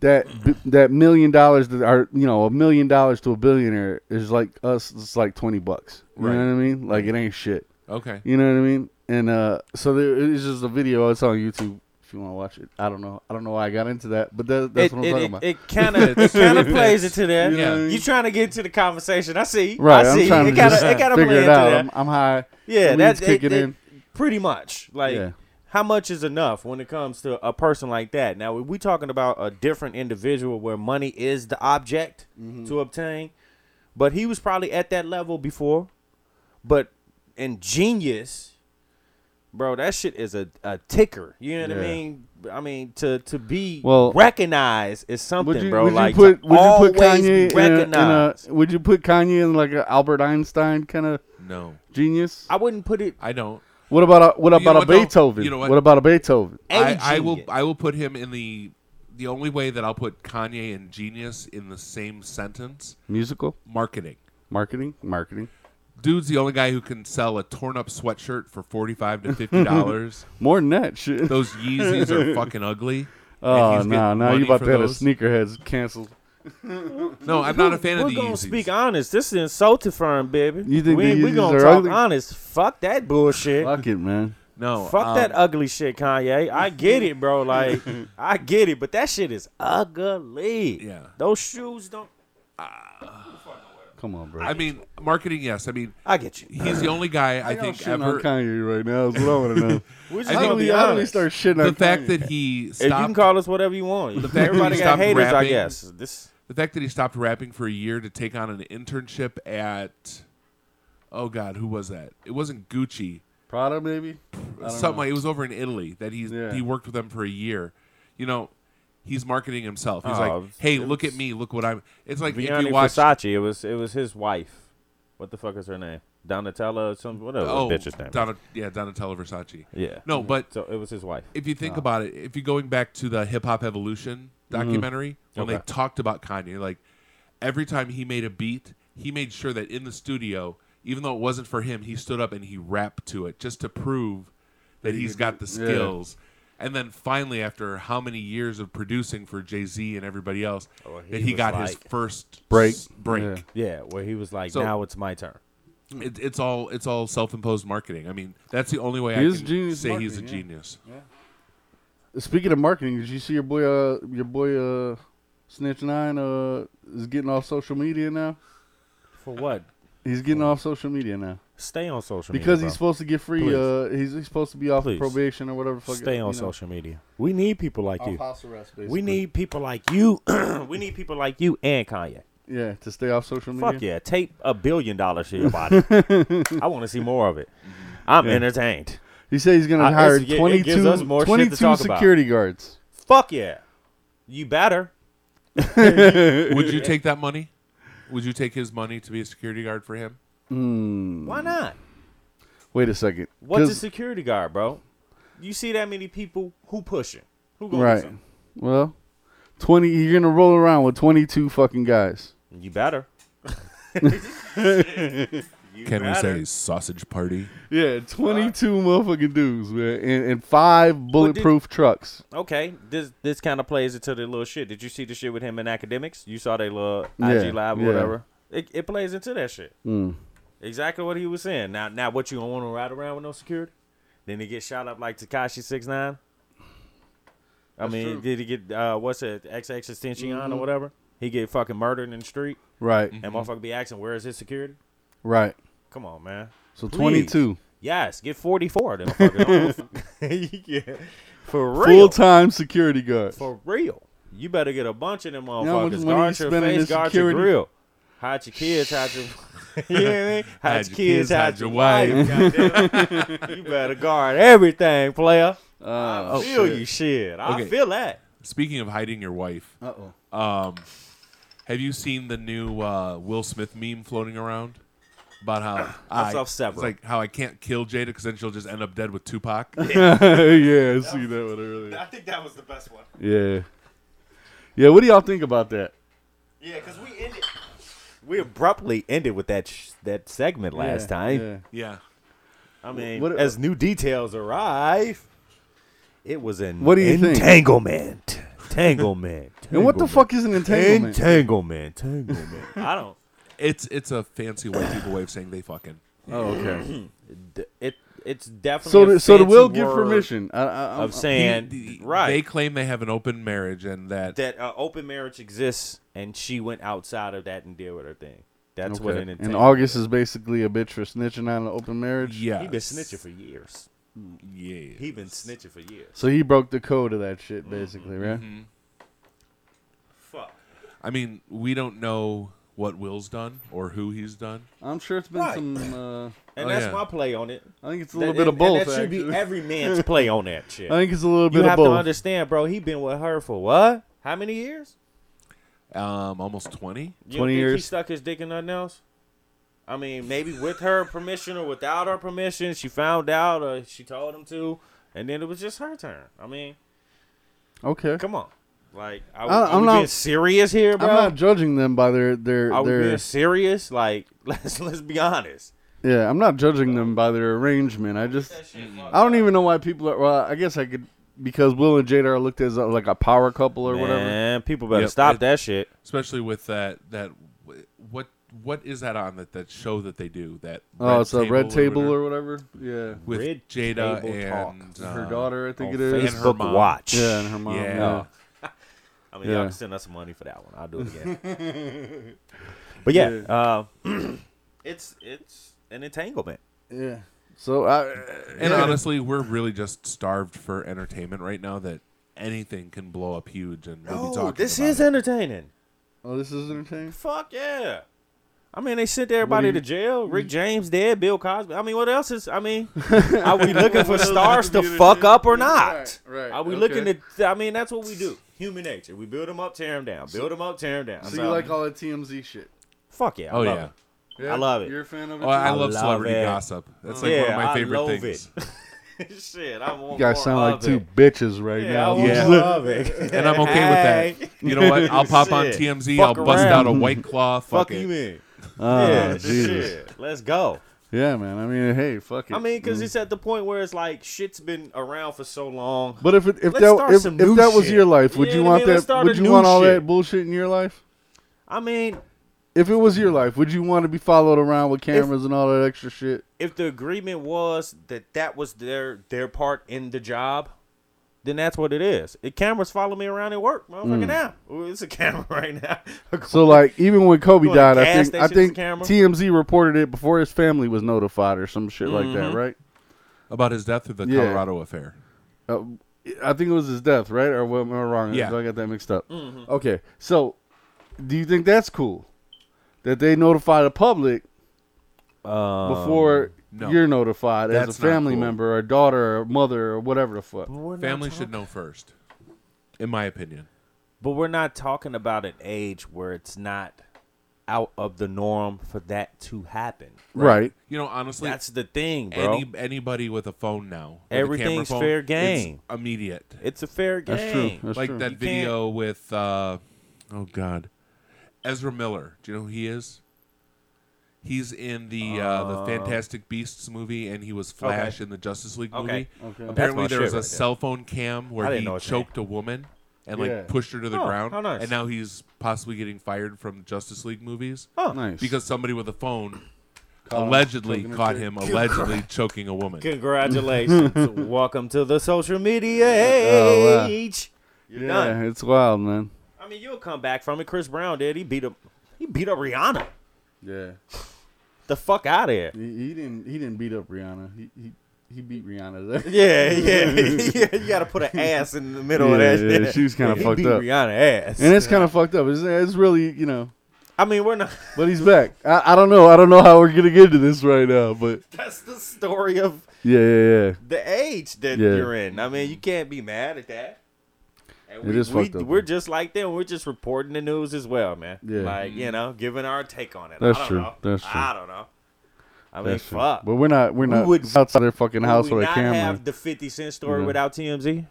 S3: that b- that million dollars that are you know a million dollars to a billionaire is like us it's like twenty bucks. You
S6: Right.
S3: know what I mean? Like it ain't shit.
S6: Okay.
S3: You know what I mean? And uh, so there it's just a video. It's on YouTube if you want to watch it. I don't know. I don't know why I got into that, but that, that's
S5: it,
S3: what I'm
S5: it,
S3: talking
S5: it,
S3: about.
S5: kind of it kind of plays into that.
S6: You know what I
S5: Yeah.
S3: mean?
S5: You trying to get into the conversation? I see.
S3: right.
S5: I see.
S3: I'm trying
S5: it
S3: to
S5: gotta,
S3: just
S5: it gotta
S3: figure
S5: play
S3: it
S5: into
S3: out.
S5: that.
S3: I'm, I'm high.
S5: yeah,
S3: The
S5: that's
S3: weed's kicking in.
S5: Pretty much. Like,
S3: Yeah.
S5: how much is enough when it comes to a person like that? Now, we talking about a different individual where money is the object
S3: Mm-hmm.
S5: to obtain, but he was probably at that level before. But in genius, bro, that shit is a, a ticker. You know what I
S3: Yeah.
S5: mean? I mean to to be
S3: Well-
S5: recognized is something,
S3: Would you,
S5: bro.
S3: would you
S5: like
S3: put
S5: to
S3: would you
S5: always
S3: put Kanye in a, in a
S5: recognized.
S3: would you put Kanye in like a Albert Einstein kind of
S6: No,
S3: genius?
S5: I wouldn't put it.
S6: I don't.
S3: What about a what
S6: You know
S3: about a
S6: what, though?
S3: Beethoven?
S6: You know
S3: what?
S6: what?
S3: about a Beethoven?
S5: a
S6: I, I will.
S5: genius.
S6: I will put him in the. The only way that I'll put Kanye and genius in the same sentence:
S3: Musical
S6: marketing.
S3: marketing, marketing.
S6: Dude's the only guy who can sell a torn-up sweatshirt for forty-five to fifty dollars.
S3: More than that shit.
S6: Those Yeezys are fucking ugly.
S3: oh no, no, you about to have
S6: have
S3: a sneakerheads canceled.
S6: No, I'm not a fan of
S5: We're
S6: the
S5: gonna
S6: Yeezys.
S5: speak honest. This is insulted firm, baby.
S3: You think
S5: we,
S3: the
S5: we
S3: Yeezys
S5: gonna
S3: are
S5: talk
S3: ugly?
S5: honest? Fuck that bullshit. Fuck,
S3: Fuck it, man.
S6: no, um,
S5: that ugly shit, Kanye. I get it, bro. Like I get it, but that shit is ugly.
S6: Yeah.
S5: those shoes don't.
S3: Come on, bro.
S6: I mean, marketing. Yes, I mean
S5: I get you.
S6: he's the only guy I,
S3: Why y'all
S6: think
S3: shitting on
S6: ever.
S3: Kanye right now is what I want to know.
S5: We're just
S6: I
S3: how, do
S5: gonna
S6: think
S5: be
S3: we, how do we
S5: honest.
S3: start shitting
S6: the
S3: on
S6: fact
S3: Kanye?
S6: that he
S5: If you
S6: stopped
S5: can call us whatever you want.
S6: that he
S5: Everybody got
S6: stopped
S5: haters, I
S6: rapping-
S5: guess. This
S6: the fact that he stopped rapping for a year to take on an internship at oh god who was that it wasn't gucci
S3: Prada, maybe.
S6: something like it was over in italy that he
S3: Yeah.
S6: he worked with them for a year you know he's marketing himself he's
S5: Oh,
S6: like hey look at me look what i'm it's like if
S5: Gianni
S6: you watch
S5: Versace. It was it was his wife. What the fuck is her name? Donatella. or Some whatever.
S6: oh
S5: the bitch's name.
S6: Donna, yeah donatella versace
S5: yeah.
S6: no but
S5: So it was his wife.
S6: if you think about it, if you're going back to the Hip Hop Evolution
S3: Mm-hmm.
S6: documentary, when they
S5: Okay.
S6: talked about Kanye, like every time he made a beat, he made sure that in the studio, even though it wasn't for him, he stood up and he rapped to it just to prove that he's got the skills. And then finally, after how many years of producing for Jay Z and everybody else,
S3: Oh,
S5: he
S6: that he
S5: was
S6: got his
S5: like-
S6: first
S3: Break.
S6: s- break.
S3: Yeah.
S5: Yeah, where he was like,
S6: So-
S5: now it's my turn.
S6: It, it's all it's all self imposed marketing. I mean, that's the only way I
S3: is
S6: can
S3: genius
S6: say he's a
S3: marketing, yeah.
S6: genius.
S3: Speaking of marketing, did you see your boy? Uh, your boy, uh, Snitch Nine, uh, is getting off social media now.
S5: For what?
S3: He's getting off social media now
S5: Stay on social media.
S3: because
S5: bro.
S3: he's supposed to get free.
S5: Please.
S3: Uh, he's, he's supposed to be off
S5: Please.
S3: probation or whatever. Fuck it,
S5: Stay
S3: you
S5: on
S3: know.
S5: social media. We need people like
S3: Off
S5: you.
S3: house arrest, basically.
S5: We need people like you. we need people like you and Kanye.
S3: yeah to stay off social media.
S5: Fuck yeah. Tape a billion dollars to your body. I want to see more of it. I'm entertained.
S3: He said he's gonna
S5: I-
S3: hire
S5: it's- yeah, it
S3: 22,
S5: gives us more shit to
S3: 22
S5: talk about.
S3: security guards.
S5: Fuck yeah. You better.
S6: Would you take that money? Would you take his money to be a security guard for him?
S5: Why not?
S3: Wait a second.
S5: What's a
S3: Mm. 'Cause-
S5: security guard, bro? You see that many people who pushing? Who gonna do
S3: Right.
S5: something?
S3: Well, twenty. You're gonna roll around with twenty-two fucking guys.
S5: You better. You
S6: Can we
S5: better.
S6: say sausage party?
S3: Yeah, twenty-two motherfucking dudes, man, and, and five bulletproof trucks.
S5: Okay, this this kind of plays into the little shit. Did you see the shit with him in academics? You saw they little IG
S3: Yeah,
S5: live or
S3: yeah. Mm.
S5: whatever. It, it plays into that shit. Exactly what he was saying. Now now what you gonna want to ride around with no security? Then he get shot up like Takashi six nine. I mean,
S3: true.
S5: did he get uh, what's it XX Extension or whatever? He get fucking murdered in the street,
S3: Right.
S5: and motherfucker be asking where is his security?
S3: Right.
S5: Come on, man.
S3: So
S5: Please.
S3: twenty-two
S5: Yes, get forty four of them. fucking- yeah, for real.
S3: full-time security guards.
S5: For real. You better get a bunch of them
S3: how much
S5: motherfuckers.
S3: money you
S5: guard your
S3: spending in
S5: face, guard your
S3: security?
S5: grill. Hide your kids, hide your. you know what I mean? Hide,
S6: Hide
S5: your
S6: your
S5: kids,
S6: kids,
S5: hide,
S6: hide
S5: your
S6: your
S5: wife. goddamn. you better guard everything, player.
S3: Uh, oh,
S5: I feel you, shit. I
S6: Okay.
S5: feel that.
S6: Speaking of hiding your wife, um,
S3: Uh oh.
S6: have you seen the new uh, Will Smith meme floating around about how I, it's
S5: self-several.
S6: like how I can't kill Jada because then she'll just end up dead with Tupac?
S3: yeah, I see that one earlier.
S2: I think that was the best one.
S3: Yeah. Yeah. What do y'all think about that?
S2: Yeah, because we ended.
S5: We abruptly ended with that sh- that segment last
S3: Yeah,
S5: time.
S3: yeah.
S6: yeah,
S5: I mean,
S3: What-
S5: as new details arrive, it was an
S3: What do you think?
S5: entanglement. Entanglement.
S3: And what the fuck is an entanglement?
S5: Entanglement. Entanglement. I don't.
S6: it's it's a fancy white people way of saying they fucking.
S3: oh, okay.
S5: D- it it's definitely
S3: So,
S5: a
S3: the, so the
S5: fancy
S3: will give
S5: word
S3: permission. Uh, I, I, I'm-
S5: of saying right
S6: They claim they have an open marriage and that.
S5: that uh, open marriage exists, and she went outside of that and did with her thing. That's what
S3: Okay.
S5: it entails.
S3: And August is basically a bitch for snitching on an open marriage.
S6: yeah,
S5: he been snitching for years.
S6: yeah.
S5: He been snitching for years.
S3: So he broke the code of that shit, basically, right?
S5: Fuck.
S6: I mean, we don't know what Will's done or who he's done.
S3: I'm sure it's been
S5: Right.
S3: some. Uh,
S5: And
S6: Oh,
S5: that's
S6: yeah.
S5: my play on it.
S3: I think it's a little
S5: That-
S3: bit of
S5: and-
S3: both.
S5: and that should
S3: actually.
S5: be every man's play on that shit.
S3: I think it's a little
S5: you
S3: bit of
S5: have to
S3: both.
S5: understand, bro. He been with her for what? How many years?
S6: Um, almost twenty.
S3: 20
S5: You think He
S3: years.
S5: stuck his dick in nothing else. I mean, maybe with her permission or without her permission, she found out or she told him to, and then it was just her turn. I mean,
S3: okay.
S5: come on, like I,
S3: I-
S5: are
S3: I'm
S5: we
S3: not-
S5: being serious here, bro.
S3: I'm not judging them by their their
S5: are we
S3: their.
S5: being serious? Like, let's let's be honest.
S3: Yeah, I'm not judging them by their arrangement. I just, I don't even know why people are. Well, I guess I could because Will and Jada are looked as uh, like a power couple or whatever.
S5: Man, people better
S6: Yep,
S5: stop
S6: it-
S5: that shit.
S6: especially with that that what what is that on that that show that they do that
S3: Oh, it's a red table
S6: whatever?
S3: or whatever. Yeah,
S6: with
S5: Red
S6: Jada
S5: Table
S6: and
S3: her
S6: uh,
S3: daughter, I think it
S5: On
S3: is.
S6: and her
S5: Facebook
S6: mom.
S5: Watch.
S3: Yeah, and her mom.
S6: Yeah.
S3: Yeah.
S5: I mean,
S3: Yeah.
S5: y'all can send us some money for that one. I'll do it again. but yeah, Uh, it's it's an entanglement.
S3: Yeah. So I.
S6: And honestly, we're really just starved for entertainment right now. That anything can blow up huge, and we'll be talking.
S5: Oh, this
S6: about
S5: is
S6: it.
S5: entertaining.
S3: Oh, this is entertaining.
S5: Fuck yeah. I mean, they sent everybody to jail. Rick James dead. Bill Cosby. I mean, what else is? I mean, are we looking for stars to fuck up or not?
S3: Right, right,
S5: Are we
S3: okay.
S5: looking to? I mean, that's what we do. Human nature. We build them up, tear them down. Build them up, tear them down.
S3: So you like all that TMZ shit?
S5: Fuck yeah. I
S6: Oh
S5: love
S6: yeah.
S5: it. I love it.
S3: You're a fan of it.
S6: Oh, I,
S5: I
S6: love,
S5: love
S6: celebrity
S5: it.
S6: gossip. That's like one
S5: Yeah,
S6: of
S5: I
S6: my favorite
S5: love
S6: things.
S5: Shit, I want
S3: you guys
S5: more
S3: sound like
S5: of
S3: two
S5: it.
S3: bitches right
S5: Yeah, I
S3: now.
S5: want
S6: Yeah.
S5: more of it.
S6: And I'm okay with that. You know what? I'll pop on
S5: Shit.
S6: TMZ.
S5: Fuck
S6: I'll bust
S5: around.
S6: out a white claw. Fuck,
S5: Fuck
S6: it.
S5: you, man.
S3: Oh,
S5: yeah,
S3: Jesus. Mm.
S5: shit. Let's go.
S3: Yeah, man. I mean, hey, fuck it.
S5: I mean, because it's at the point where it's like shit's been around for so long.
S3: But if it, if
S5: Let's
S3: that
S5: start
S3: if,
S5: some
S3: if
S5: new
S3: that was
S5: shit.
S3: your life, would
S5: Yeah,
S3: you
S5: I
S3: want
S5: mean, let's
S3: that?
S5: start a
S3: Would you
S5: new
S3: want all
S5: shit.
S3: that bullshit in your life?
S5: I mean,
S3: If it was your life, would you want to be followed around with cameras and all that extra shit?
S5: if the agreement was that that was their their part in the job, then that's what it is. It cameras follow me around at work, motherfucking now. Ooh, it's a camera right now.
S3: Mm. So like even when Kobe
S5: Go to
S3: died, I
S5: gas
S3: think I
S5: stations,
S3: think
S5: camera.
S3: TMZ reported it before his family was notified or some shit like
S5: Mm-hmm.
S3: that, right?
S6: About his death or the
S3: Yeah.
S6: Colorado affair.
S3: Uh, I think it was his death, right? Or what am I wrong?
S6: Yeah. Mm-hmm.
S3: So I got that mixed up. Okay, so do you think that's cool that they notify the public before
S6: Um, no.
S3: you're notified as
S6: That's
S3: a
S6: not
S3: family
S6: cool.
S3: member or daughter or mother or whatever the fuck?
S6: Family should know first, in my opinion.
S5: But we're not talking about an age where it's not out of the norm for that to happen.
S3: Right.
S6: You know, honestly,
S5: That's the thing, bro.
S6: any anybody with a phone now. with a camera
S5: Everything's
S6: phone,
S5: fair
S6: it's
S5: game.
S6: immediate.
S5: it's a fair game.
S3: That's true. That's
S6: like
S3: true.
S6: that
S5: You
S6: video with uh oh god. Ezra Miller. Do you know who he is? He's in the uh, the Fantastic Beasts movie and he was Flash in the Justice League
S5: Okay.
S6: movie.
S3: Okay.
S6: Apparently
S5: That's my
S6: there
S5: shit right
S6: was a
S5: there.
S6: cell phone cam
S5: I
S6: where
S5: didn't
S6: he
S5: know his
S6: choked a woman and like
S3: Yeah.
S6: pushed her to the
S5: Oh,
S6: ground
S5: how nice.
S6: and now he's possibly getting fired from Justice League movies
S5: Oh,
S3: Nice.
S6: because somebody with a phone
S3: him
S6: allegedly
S3: choking her
S6: caught
S3: too.
S6: him allegedly choking a woman.
S5: Congratulations. Welcome to the social media
S3: Oh, wow.
S5: age. You're
S3: yeah,
S5: done.
S3: it's wild, man.
S5: I mean, you'll come back from it. Chris Brown did. He beat up he beat up Rihanna.
S3: Yeah.
S5: The fuck out of here.
S3: He, he didn't. He didn't beat up Rihanna. He he, he beat Rihanna. There.
S5: Yeah, yeah, yeah. You gotta put an ass in the middle
S3: Yeah,
S5: of that. shit.
S3: yeah, she was kinda
S5: He
S3: fucked
S5: beat
S3: up.
S5: Rihanna ass.
S3: And it's kind of fucked up. It's, it's really you know.
S5: I mean, we're not.
S3: But he's back. I, I don't know. I don't know how we're gonna get to this right now. But
S5: That's the story of
S3: yeah, yeah, yeah.
S5: the age that
S3: Yeah.
S5: you're in. I mean, you can't be mad at that. And
S3: It is fucked up,
S5: We're
S3: man.
S5: just like them. We're just reporting the news as well, man.
S3: Yeah.
S5: Like, you know, giving our take on it.
S3: That's
S5: I don't
S3: true.
S5: Know.
S3: That's
S5: I
S3: true.
S5: don't know. I mean,
S3: That's true.
S5: fuck.
S3: But we're not. We're not
S5: would-
S3: outside their fucking house
S5: Would we
S3: with a
S5: not
S3: camera.
S5: have the 50 Cent story
S3: Yeah.
S5: without TMZ?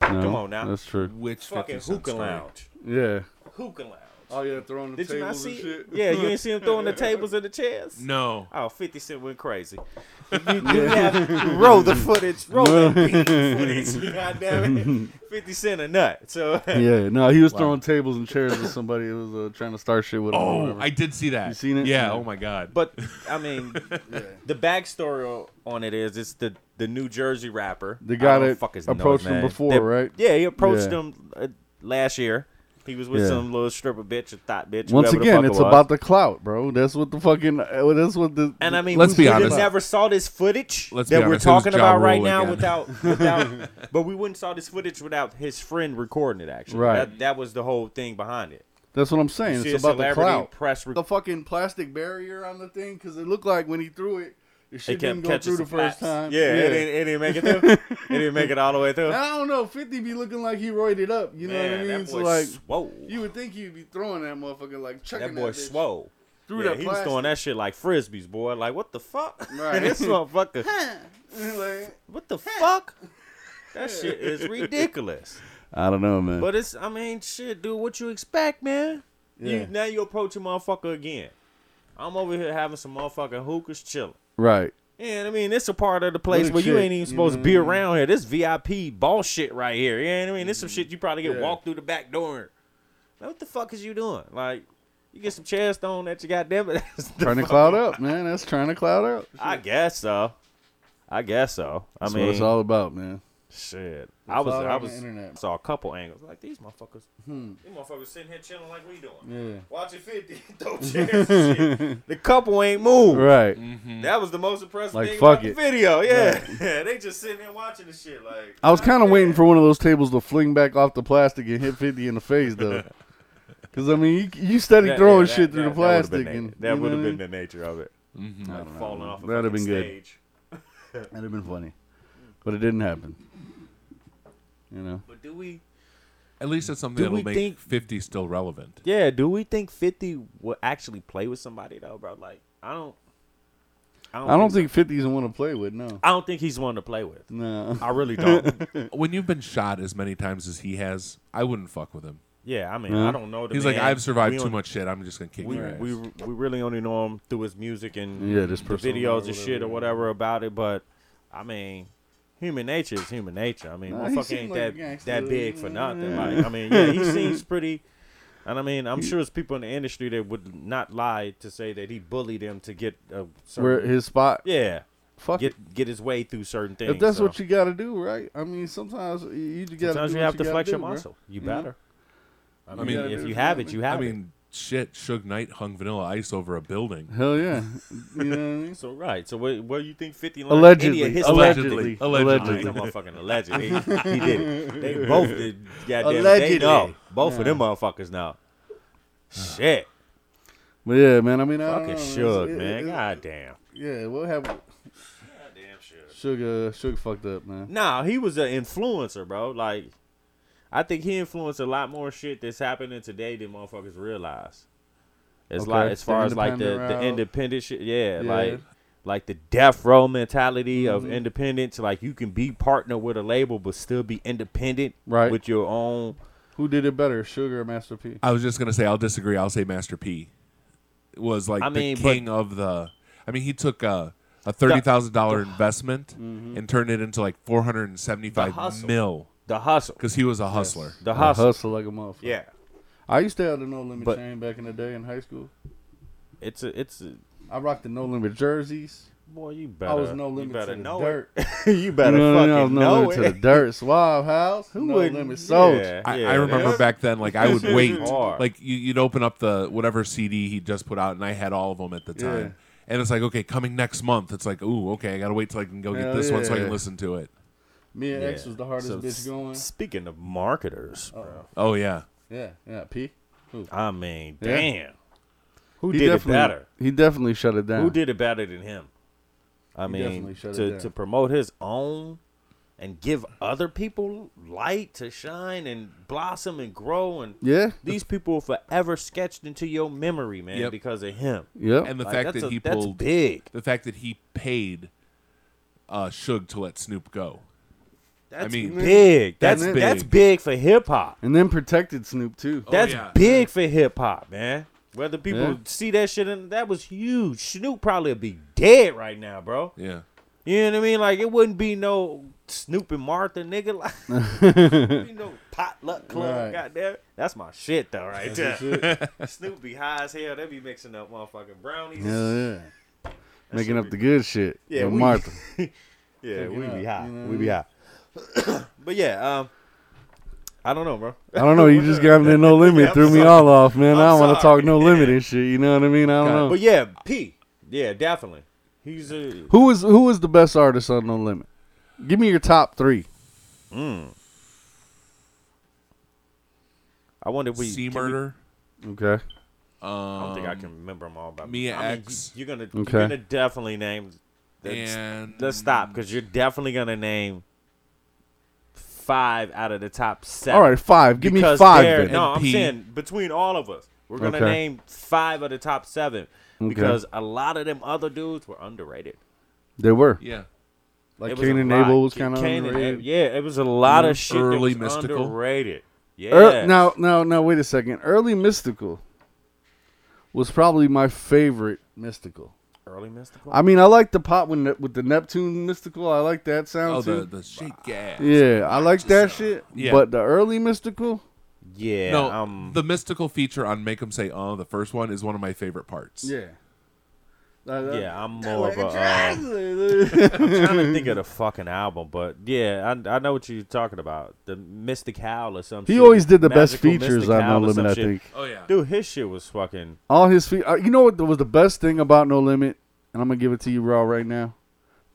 S3: No,
S5: Come on now.
S3: That's true.
S6: Which
S5: Fucking
S6: 50 Cent
S5: hookah
S6: story?
S5: lounge.
S3: Yeah.
S5: Hookah lounge.
S3: Oh yeah, throwing the
S5: Did you not see it? Yeah, you ain't see him throwing the tables and the chairs?
S6: No.
S5: Oh, 50 Cent went crazy. You, you have, roll the footage. Roll that beat footage. God damn it. 50 Cent a nut. So,
S3: yeah. No, he was throwing tables and chairs with somebody who was uh, trying to start shit with him. or
S6: Oh,
S3: whatever.
S6: I did see that.
S3: You seen it?
S6: Yeah.
S3: Yeah.
S6: Oh my god.
S5: but I mean, the backstory o- on it is it's the the New Jersey rapper.
S3: The
S5: I
S3: guy
S5: don't
S3: that
S5: fuck his
S3: approached
S5: nose,
S3: him
S5: man.
S3: before,
S5: That-
S3: right?
S5: Yeah, he approached
S3: Yeah.
S5: him uh, last year. He was with
S3: Yeah.
S5: some little stripper bitch or thought bitch.
S3: Once
S5: whoever the
S3: again,
S5: fuck it
S3: it's
S5: was.
S3: about the clout, bro. That's what the fucking. uh, That's what the.
S5: And I mean,
S6: Let's
S5: we
S6: be
S5: would have
S6: honest.
S5: never saw this footage
S6: Let's be
S5: that we're
S6: honest, it was
S5: talking
S6: Ja
S5: about
S6: Rule
S5: right now
S6: again.
S5: without, without, but we wouldn't saw this footage without his friend recording it. Actually,
S3: Right.
S5: That, that was the whole thing behind it.
S3: That's what I'm saying.
S5: See
S3: It's
S5: a
S3: about the
S5: celebrity
S3: clout.
S5: press re-
S3: the fucking plastic barrier on the thing because it looked like when he threw it, the shit
S5: it
S3: didn't
S5: kept
S3: go
S5: catching
S3: through the
S5: some
S3: first
S5: flaps.
S3: time.
S5: Yeah, It, didn't, it didn't make it through. it didn't make it all the way through.
S3: And I don't know. Fifty be looking like he roided it up. You know
S5: Man,
S3: what I mean?
S5: that
S3: So
S5: boy
S3: like,
S5: swole.
S3: you would think he'd be throwing that motherfucker like chucking
S5: that boy
S3: bitch.
S5: swole.
S3: Through
S5: yeah,
S3: that
S5: he was throwing that shit like frisbees, boy. Like what the fuck?
S3: Right.
S5: this motherfucker.
S3: Like,
S5: What the fuck? That shit is ridiculous.
S3: I don't know, man.
S5: But it's, I mean, shit, dude, what you expect, man?
S3: Yeah.
S5: You, now you approach a motherfucker again. I'm over here having some motherfucking hookers chilling.
S3: right.
S5: Yeah, I mean, it's a part of the place
S3: Little
S5: where you
S3: chick,
S5: ain't even
S3: you
S5: supposed to be
S3: Mm-hmm.
S5: around here. This VIP ball shit right here. Yeah, I mean, this some shit you probably get
S3: Yeah.
S5: walked through the back door. Now, what the fuck is you doing? Like, you get some chairs thrown at you, goddamn it. That's the
S3: Trying to
S5: fuck-
S3: cloud up, man. That's trying to cloud up.
S5: I guess so. I guess so. I
S3: That's
S5: mean,
S3: what it's all about, man.
S5: Shit, I was,
S3: all
S5: I
S3: on the
S5: was,
S3: internet. Hmm.
S5: saw a couple angles. Like these motherfuckers, these motherfuckers sitting here chilling like we doing,
S3: Yeah.
S5: watching fifty, throw chairs. and shit. The couple ain't moved.
S3: Right.
S5: That was the most impressive
S3: Like,
S5: thing
S3: fuck
S5: about
S3: it.
S5: the video. Yeah, they just sitting there watching the shit. Like
S3: I was kind of waiting for one of those tables to fling back off the plastic and hit 50 in the face, though. Because, I mean, you, you steady
S5: That-
S3: throwing
S5: yeah, that-
S3: shit through
S5: that-
S3: the plastic.
S5: That,
S3: and you know
S5: would
S3: what
S5: have
S3: I
S5: been
S3: mean?
S5: the nature of it. Like Mm-hmm. falling off. a
S3: That'd have
S5: fucking
S3: been good.
S5: stage.
S3: That'd have been funny. But it didn't happen. You know?
S5: But do we?
S6: At least it's something
S5: Do
S6: that'll
S5: we
S6: make
S5: think-
S6: 50 still relevant.
S5: Yeah, do we think Fifty would actually play with somebody though, bro? Like I don't.
S3: I don't think 50's the one to play with, no.
S5: I don't think he's one to play with.
S3: No.
S5: I really don't.
S6: When you've been shot as many times as he has, I wouldn't fuck with him.
S5: Yeah, I mean, I don't know. The
S6: He's like,
S5: man.
S6: I've
S5: We
S6: survived too
S5: don't-
S6: much shit. I'm just gonna kick
S5: We,
S6: your ass.
S5: we we really only know him through his music and
S3: Yeah, this
S5: the
S3: persona or
S5: videos and shit
S3: whatever.
S5: or whatever about it. But I mean, human nature is human nature. I mean,
S3: Nah, he
S5: motherfucker
S3: seemed
S5: ain't
S3: like a
S5: that
S3: gangster.
S5: that big for nothing. Like, I mean, yeah, he seems pretty. And I mean, I'm sure there's people in the industry that would not lie to say that he bullied him to get a certain
S3: Where his spot.
S5: yeah
S3: Fuck it.
S5: get get his way through certain things.
S3: If that's
S5: so.
S3: what you got to do, right? I mean, sometimes you, you got to
S5: sometimes you have to flex your muscle. You better. I mean,
S6: gotta
S5: if
S3: do
S5: you
S3: it.
S5: have it, you
S6: I
S5: have it.
S6: mean, shit. Suge Knight hung Vanilla Ice over a building.
S3: Hell yeah. You know what I mean?
S5: So right. So where, where you think Fifty Line-
S3: Allegedly.
S5: any of his
S3: Allegedly.
S6: Allegedly.
S3: Allegedly.
S5: Allegedly. Allegedly. motherfucking allegedly. He, he did it. They both did. Goddamn,
S3: Allegedly.
S5: They know. Both of them motherfuckers know. Shit.
S3: But yeah, man, I mean, I don't
S5: Fucking
S3: know,
S5: Suge,
S3: It's- it-
S5: man.
S3: it-
S5: Goddamn.
S3: Yeah, we'll have
S5: Goddamn Suge.
S3: Sugar. Sugar fucked up, man.
S5: Nah, he was an influencer, bro. Like, I think he influenced a lot more shit that's happening today than motherfuckers realize. As
S3: Okay.
S5: like as
S3: The
S5: far as like the,
S3: independent
S5: the
S3: route.
S5: independent shit, yeah,
S3: Yeah. Mm-hmm.
S5: like like the death row mentality of independence. Like you can be partner with a label but still be independent,
S3: Right.
S5: With your own
S3: Who did it better, Sugar or Master P?
S6: I was just gonna say I'll disagree. I'll say Master P was like
S5: I
S6: the
S5: mean, but-
S6: king of the. I mean, he took a a thirty thousand dollar investment and turned it into like four hundred and seventy
S5: Mm-hmm. The
S6: five
S5: hustle.
S6: mil
S5: the hustle,
S6: because he was a hustler.
S5: the
S3: I
S5: hustle.
S3: hustle like a motherfucker.
S5: Yeah,
S3: I used to have the No Limit
S5: But-
S3: chain back in the day in high school.
S5: it's a it's a,
S3: I rocked the No Limit jerseys.
S5: boy. You better
S3: I was No
S5: you
S3: Limit
S5: better
S3: to the
S5: know
S3: dirt.
S5: it. you better
S3: You know what I mean?
S5: fucking
S3: I was
S5: know
S3: No Limit
S5: it.
S3: to the dirt. Suave House. Who no
S5: wouldn't?
S3: Limit Soldier.
S5: Yeah.
S6: I, I remember
S5: that's-
S6: back then, like I would wait,
S5: hard.
S6: like you, you'd open up the whatever CD he just put out, and I had all of them at the time.
S3: Yeah.
S6: And it's like, okay, coming next month. It's like, ooh, okay, I gotta wait till I can go get
S3: Hell
S6: this one so I
S3: yeah.
S6: can listen to it.
S3: Me and
S5: Yeah.
S3: X was the hardest
S5: So
S3: bitch
S5: s-
S3: going.
S5: Speaking of marketers, bro,
S6: Oh yeah,
S3: Yeah, yeah. P.
S5: I mean,
S3: Yeah.
S5: damn, who
S3: He
S5: did it
S3: definitely-
S5: better?
S3: He definitely shut it down.
S5: Who did it better than him? I
S3: definitely
S5: mean,
S3: shut it
S5: to
S3: down.
S5: to promote his own and give other people light to shine and blossom and grow and
S3: Yeah.
S5: These people are forever sketched into your memory, man,
S6: Yep.
S5: because of him.
S3: Yep.
S6: and the
S5: Like,
S6: fact
S5: that's
S6: that
S5: a-
S6: he
S5: that's
S6: pulled
S5: big.
S6: the fact that he paid uh Suge to let Snoop go.
S5: That's
S6: mean-
S5: big. That's
S3: That's
S5: that's
S3: big.
S5: big, for hip hop.
S3: and then protected Snoop too.
S5: That's
S6: Oh, yeah.
S5: big for hip hop, man. Whether people
S3: Yeah.
S5: see that shit, and that was huge. Snoop probably would be dead right now, bro.
S6: Yeah.
S5: You know what I mean? Like it wouldn't be no Snoop and Martha, nigga. Like, wouldn't be no potluck club,
S3: Right.
S5: goddamn. That's my shit though, right there. Snoop be high as hell. They be mixing up motherfucking brownies.
S3: Hell yeah. Making up the good shit.
S5: Yeah,
S3: with
S5: we-
S3: Martha.
S5: Yeah, we
S3: it
S5: be
S3: up,
S5: high.
S3: you know
S5: we be high. but yeah, um, I don't know, bro.
S3: I don't know. You just grabbed that no limit,
S5: I'm
S3: threw me
S5: sorry.
S3: all off, man. I
S5: I'm
S3: don't want to
S5: sorry.
S3: talk no limit and shit. You know what I mean? I don't know.
S5: But yeah, P. Yeah, definitely. He's a
S3: Who is who is the best artist on No Limit? Give me your top three.
S5: I wonder if we
S6: Sea
S5: can we-
S6: Murder.
S3: Okay.
S5: I don't think I can remember them all. About
S6: Mia
S5: I mean,
S6: Um, X.
S5: you, are gonna
S3: Okay.
S5: you're gonna definitely name. that's-
S6: And
S5: Let's stop because you're definitely gonna name five out of the top seven.
S3: All right, five. Give
S5: Because
S3: me five.
S5: they're-
S3: Then.
S5: No, I'm
S6: NP.
S5: saying between all of us, we're gonna
S3: Okay.
S5: name five of the top seven
S3: Okay.
S5: because a lot of them other dudes were underrated.
S3: They were.
S6: Yeah.
S3: Like
S5: It was
S3: Cain
S5: a
S3: and
S5: lot.
S3: Abel was
S5: Cain
S3: kind of
S5: and
S3: underrated.
S5: Abel- Yeah, it was a lot of shit
S6: Mm, Early
S5: that was
S6: mystical.
S5: underrated. Yeah.
S3: Ear- now, now, now, wait a second. Early mystical was probably my favorite mystical.
S5: early mystical.
S3: I mean, I like the pop with, ne- with the Neptune mystical. I like that sound
S6: Oh, the
S3: too.
S6: the shake gas.
S3: yeah, I like that shit.
S6: Yeah.
S3: But the early mystical,
S5: yeah.
S6: No,
S5: um,
S6: the mystical feature on Make 'em Say Oh, the first one, is one of my favorite parts.
S3: yeah, Like that-
S5: yeah, I'm more of a. Uh, trying to think of the fucking album, but yeah, I, I know what you're talking about. The Mystic Howl or some
S3: He
S5: shit.
S3: always did the best
S5: Magical
S3: features
S5: Mystic
S3: on No
S5: Howl or
S3: Limit.
S5: some
S3: I
S5: shit.
S3: think
S6: Oh yeah.
S5: Dude, his shit was fucking.
S3: all his feet. Uh, you know what was the best thing about No Limit? And I'm gonna give it to you raw right now.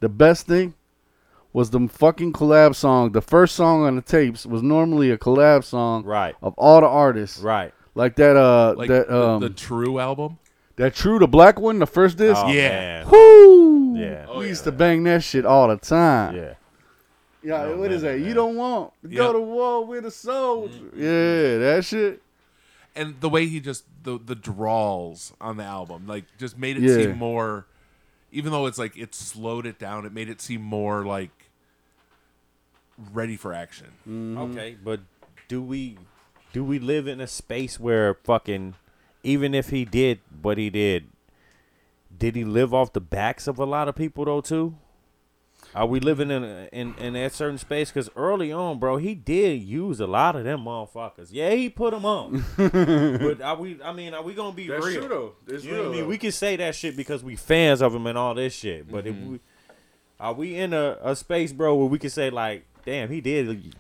S3: The best thing was them fucking collab song. The first song on the tapes was normally a collab song,
S5: Right.
S3: Of all the artists,
S5: Right.
S3: Like that, uh,
S6: Like
S3: that,
S6: the,
S3: um,
S6: the True album.
S3: that True the Black one, the first disc.
S5: Oh,
S6: Yeah.
S5: man.
S3: Woo!
S5: Yeah.
S3: we used to bang that shit all the time.
S5: Yeah.
S3: Yeah, what is that? You don't want to
S6: Yeah.
S3: go to war with a soldier.
S5: Mm-hmm.
S3: Yeah, that shit.
S6: And the way he just the the drawls on the album, like just made it
S3: Yeah.
S6: seem more even though it's like it slowed it down, it made it seem more like ready for action.
S5: Okay, but do we do we live in a space where fucking even if he did what he did, did he live off the backs of a lot of people though too? Are we living in a, in in that certain space? Because early on, bro, he did use a lot of them motherfuckers. Yeah, he put them on. but are we? I mean, are we gonna be real? You know what I mean? We can say that shit because we fans of him and all this shit. But
S3: Mm-hmm.
S5: if we are we in a, a space, bro, where we can say like, damn, he did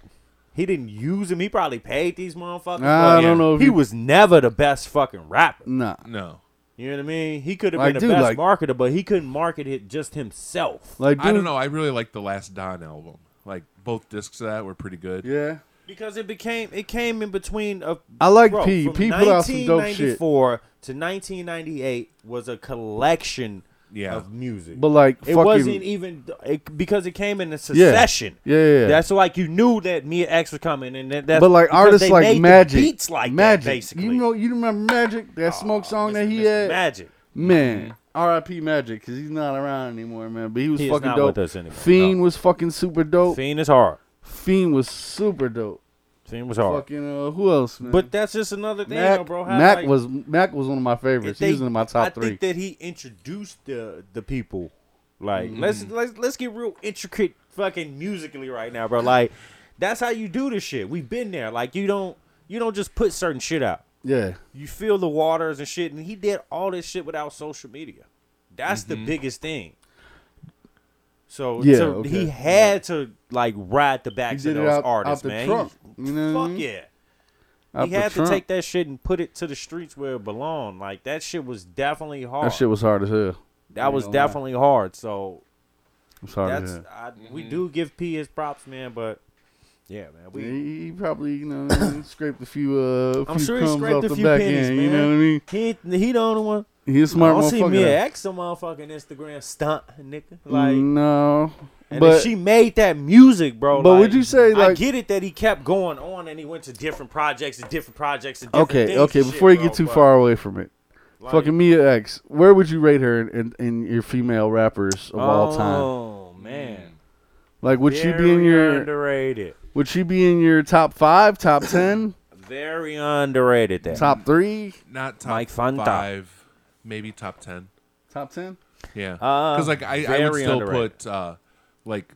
S5: he didn't use him. He probably paid these motherfuckers.
S3: I
S5: but
S3: don't know if
S5: He
S3: you-
S5: was never the best fucking rapper.
S3: Nah.
S6: No.
S5: You know what I mean? He could have
S3: Like,
S5: been the
S3: dude, like-
S5: best marketer, but he couldn't market it just himself.
S3: Like, dude,
S6: I don't know. I really like the last Don album. Like both discs of that were pretty good.
S3: Yeah.
S5: Because it became it came in between a
S3: I like
S5: bro,
S3: P.
S5: from
S3: P put out some dope shit.
S5: 1994 to 1998 was a collection
S6: Yeah.
S5: of music.
S3: But, like,
S5: it
S3: fucking-
S5: wasn't even it, because it came in a succession.
S3: Yeah, yeah, yeah.
S5: That's like you knew that Mia X was coming, and that, that's
S3: but like
S5: because
S3: artists
S5: they
S3: like
S5: made the
S3: Magic,
S5: beats like that,
S3: Magic.
S5: basically. Oh,
S3: You know, you remember Magic? That smoke song that he had. Mm-hmm.
S5: Magic.
S3: Man, R.I.P. Magic, because he's not around anymore, man. But he was
S5: He is
S3: fucking
S5: not
S3: dope.
S5: with us anymore,
S3: Fiend
S5: no.
S3: was fucking super dope. Fiend,
S5: Fiend is hard.
S3: was super dope.
S5: Fiend was hard.
S3: Fucking uh, who else, man?
S5: But that's just another thing,
S3: Mac,
S5: though, bro. How,
S3: Mac
S5: like,
S3: was Mac was one of my
S5: if
S3: favorites.
S5: they-
S3: he was in my top
S5: I
S3: three.
S5: think that he introduced the the people. Like
S3: Mm-hmm.
S5: let's let's let's get real intricate fucking musically right now, bro. Like that's how you do this shit. We've been there. Like you don't you don't just put certain shit out.
S3: yeah,
S5: you feel the waters and shit. And he did all this shit without social media. That's the biggest thing. So
S3: Mm-hmm. Yeah,
S5: so
S3: okay.
S5: he had to like ride the backs
S3: He
S5: of
S3: did it
S5: those
S3: out-
S5: artists,
S3: out the
S5: man.
S3: trunk, Mm-hmm.
S5: He-
S3: you know what I
S5: fuck
S3: mean?
S5: yeah.
S3: Out
S5: he
S3: the
S5: had
S3: trunk.
S5: to take that shit and put it to the streets where it belonged. Like that shit was definitely hard.
S3: that shit was hard as hell.
S5: That was
S3: ain't gonna lie.
S5: definitely hard. So
S3: I'm sorry.
S5: that's I, we do give P his props, man. But yeah, man, we
S3: he, he probably you know scraped a few uh
S5: I'm
S3: few
S5: sure he
S3: crumbs
S5: scraped
S3: off
S5: a
S3: the
S5: few
S3: back
S5: pennies,
S3: end.
S5: man.
S3: You know what I mean?
S5: He ain't- he the only one.
S3: He's a smart
S5: I don't see
S3: motherfucker.
S5: Mia X on motherfucking Instagram stunt, nigga. Like,
S3: no,
S5: and
S3: but
S5: if she made that music, bro.
S3: but
S5: like,
S3: would you say,
S5: I
S3: like-
S5: get it that he kept going on and he went to different projects and different projects and different
S3: okay,
S5: things
S3: okay.
S5: and shit,
S3: Before you
S5: bro,
S3: get too
S5: but,
S3: far away from it,
S5: like,
S3: fucking Mia X, where would you rate her in, in, in your female rappers of all time?
S5: Oh man,
S3: Like, would she be in
S5: Very
S3: your
S5: underrated?
S3: would she be in your top five, top ten,
S5: Very underrated. That
S3: top three,
S6: Not top
S5: Mike Fanta.
S6: five, maybe top ten.
S3: top ten?
S6: Yeah,
S5: Uh,
S6: because like I, I would
S5: very
S6: still
S5: underrated.
S6: put uh, like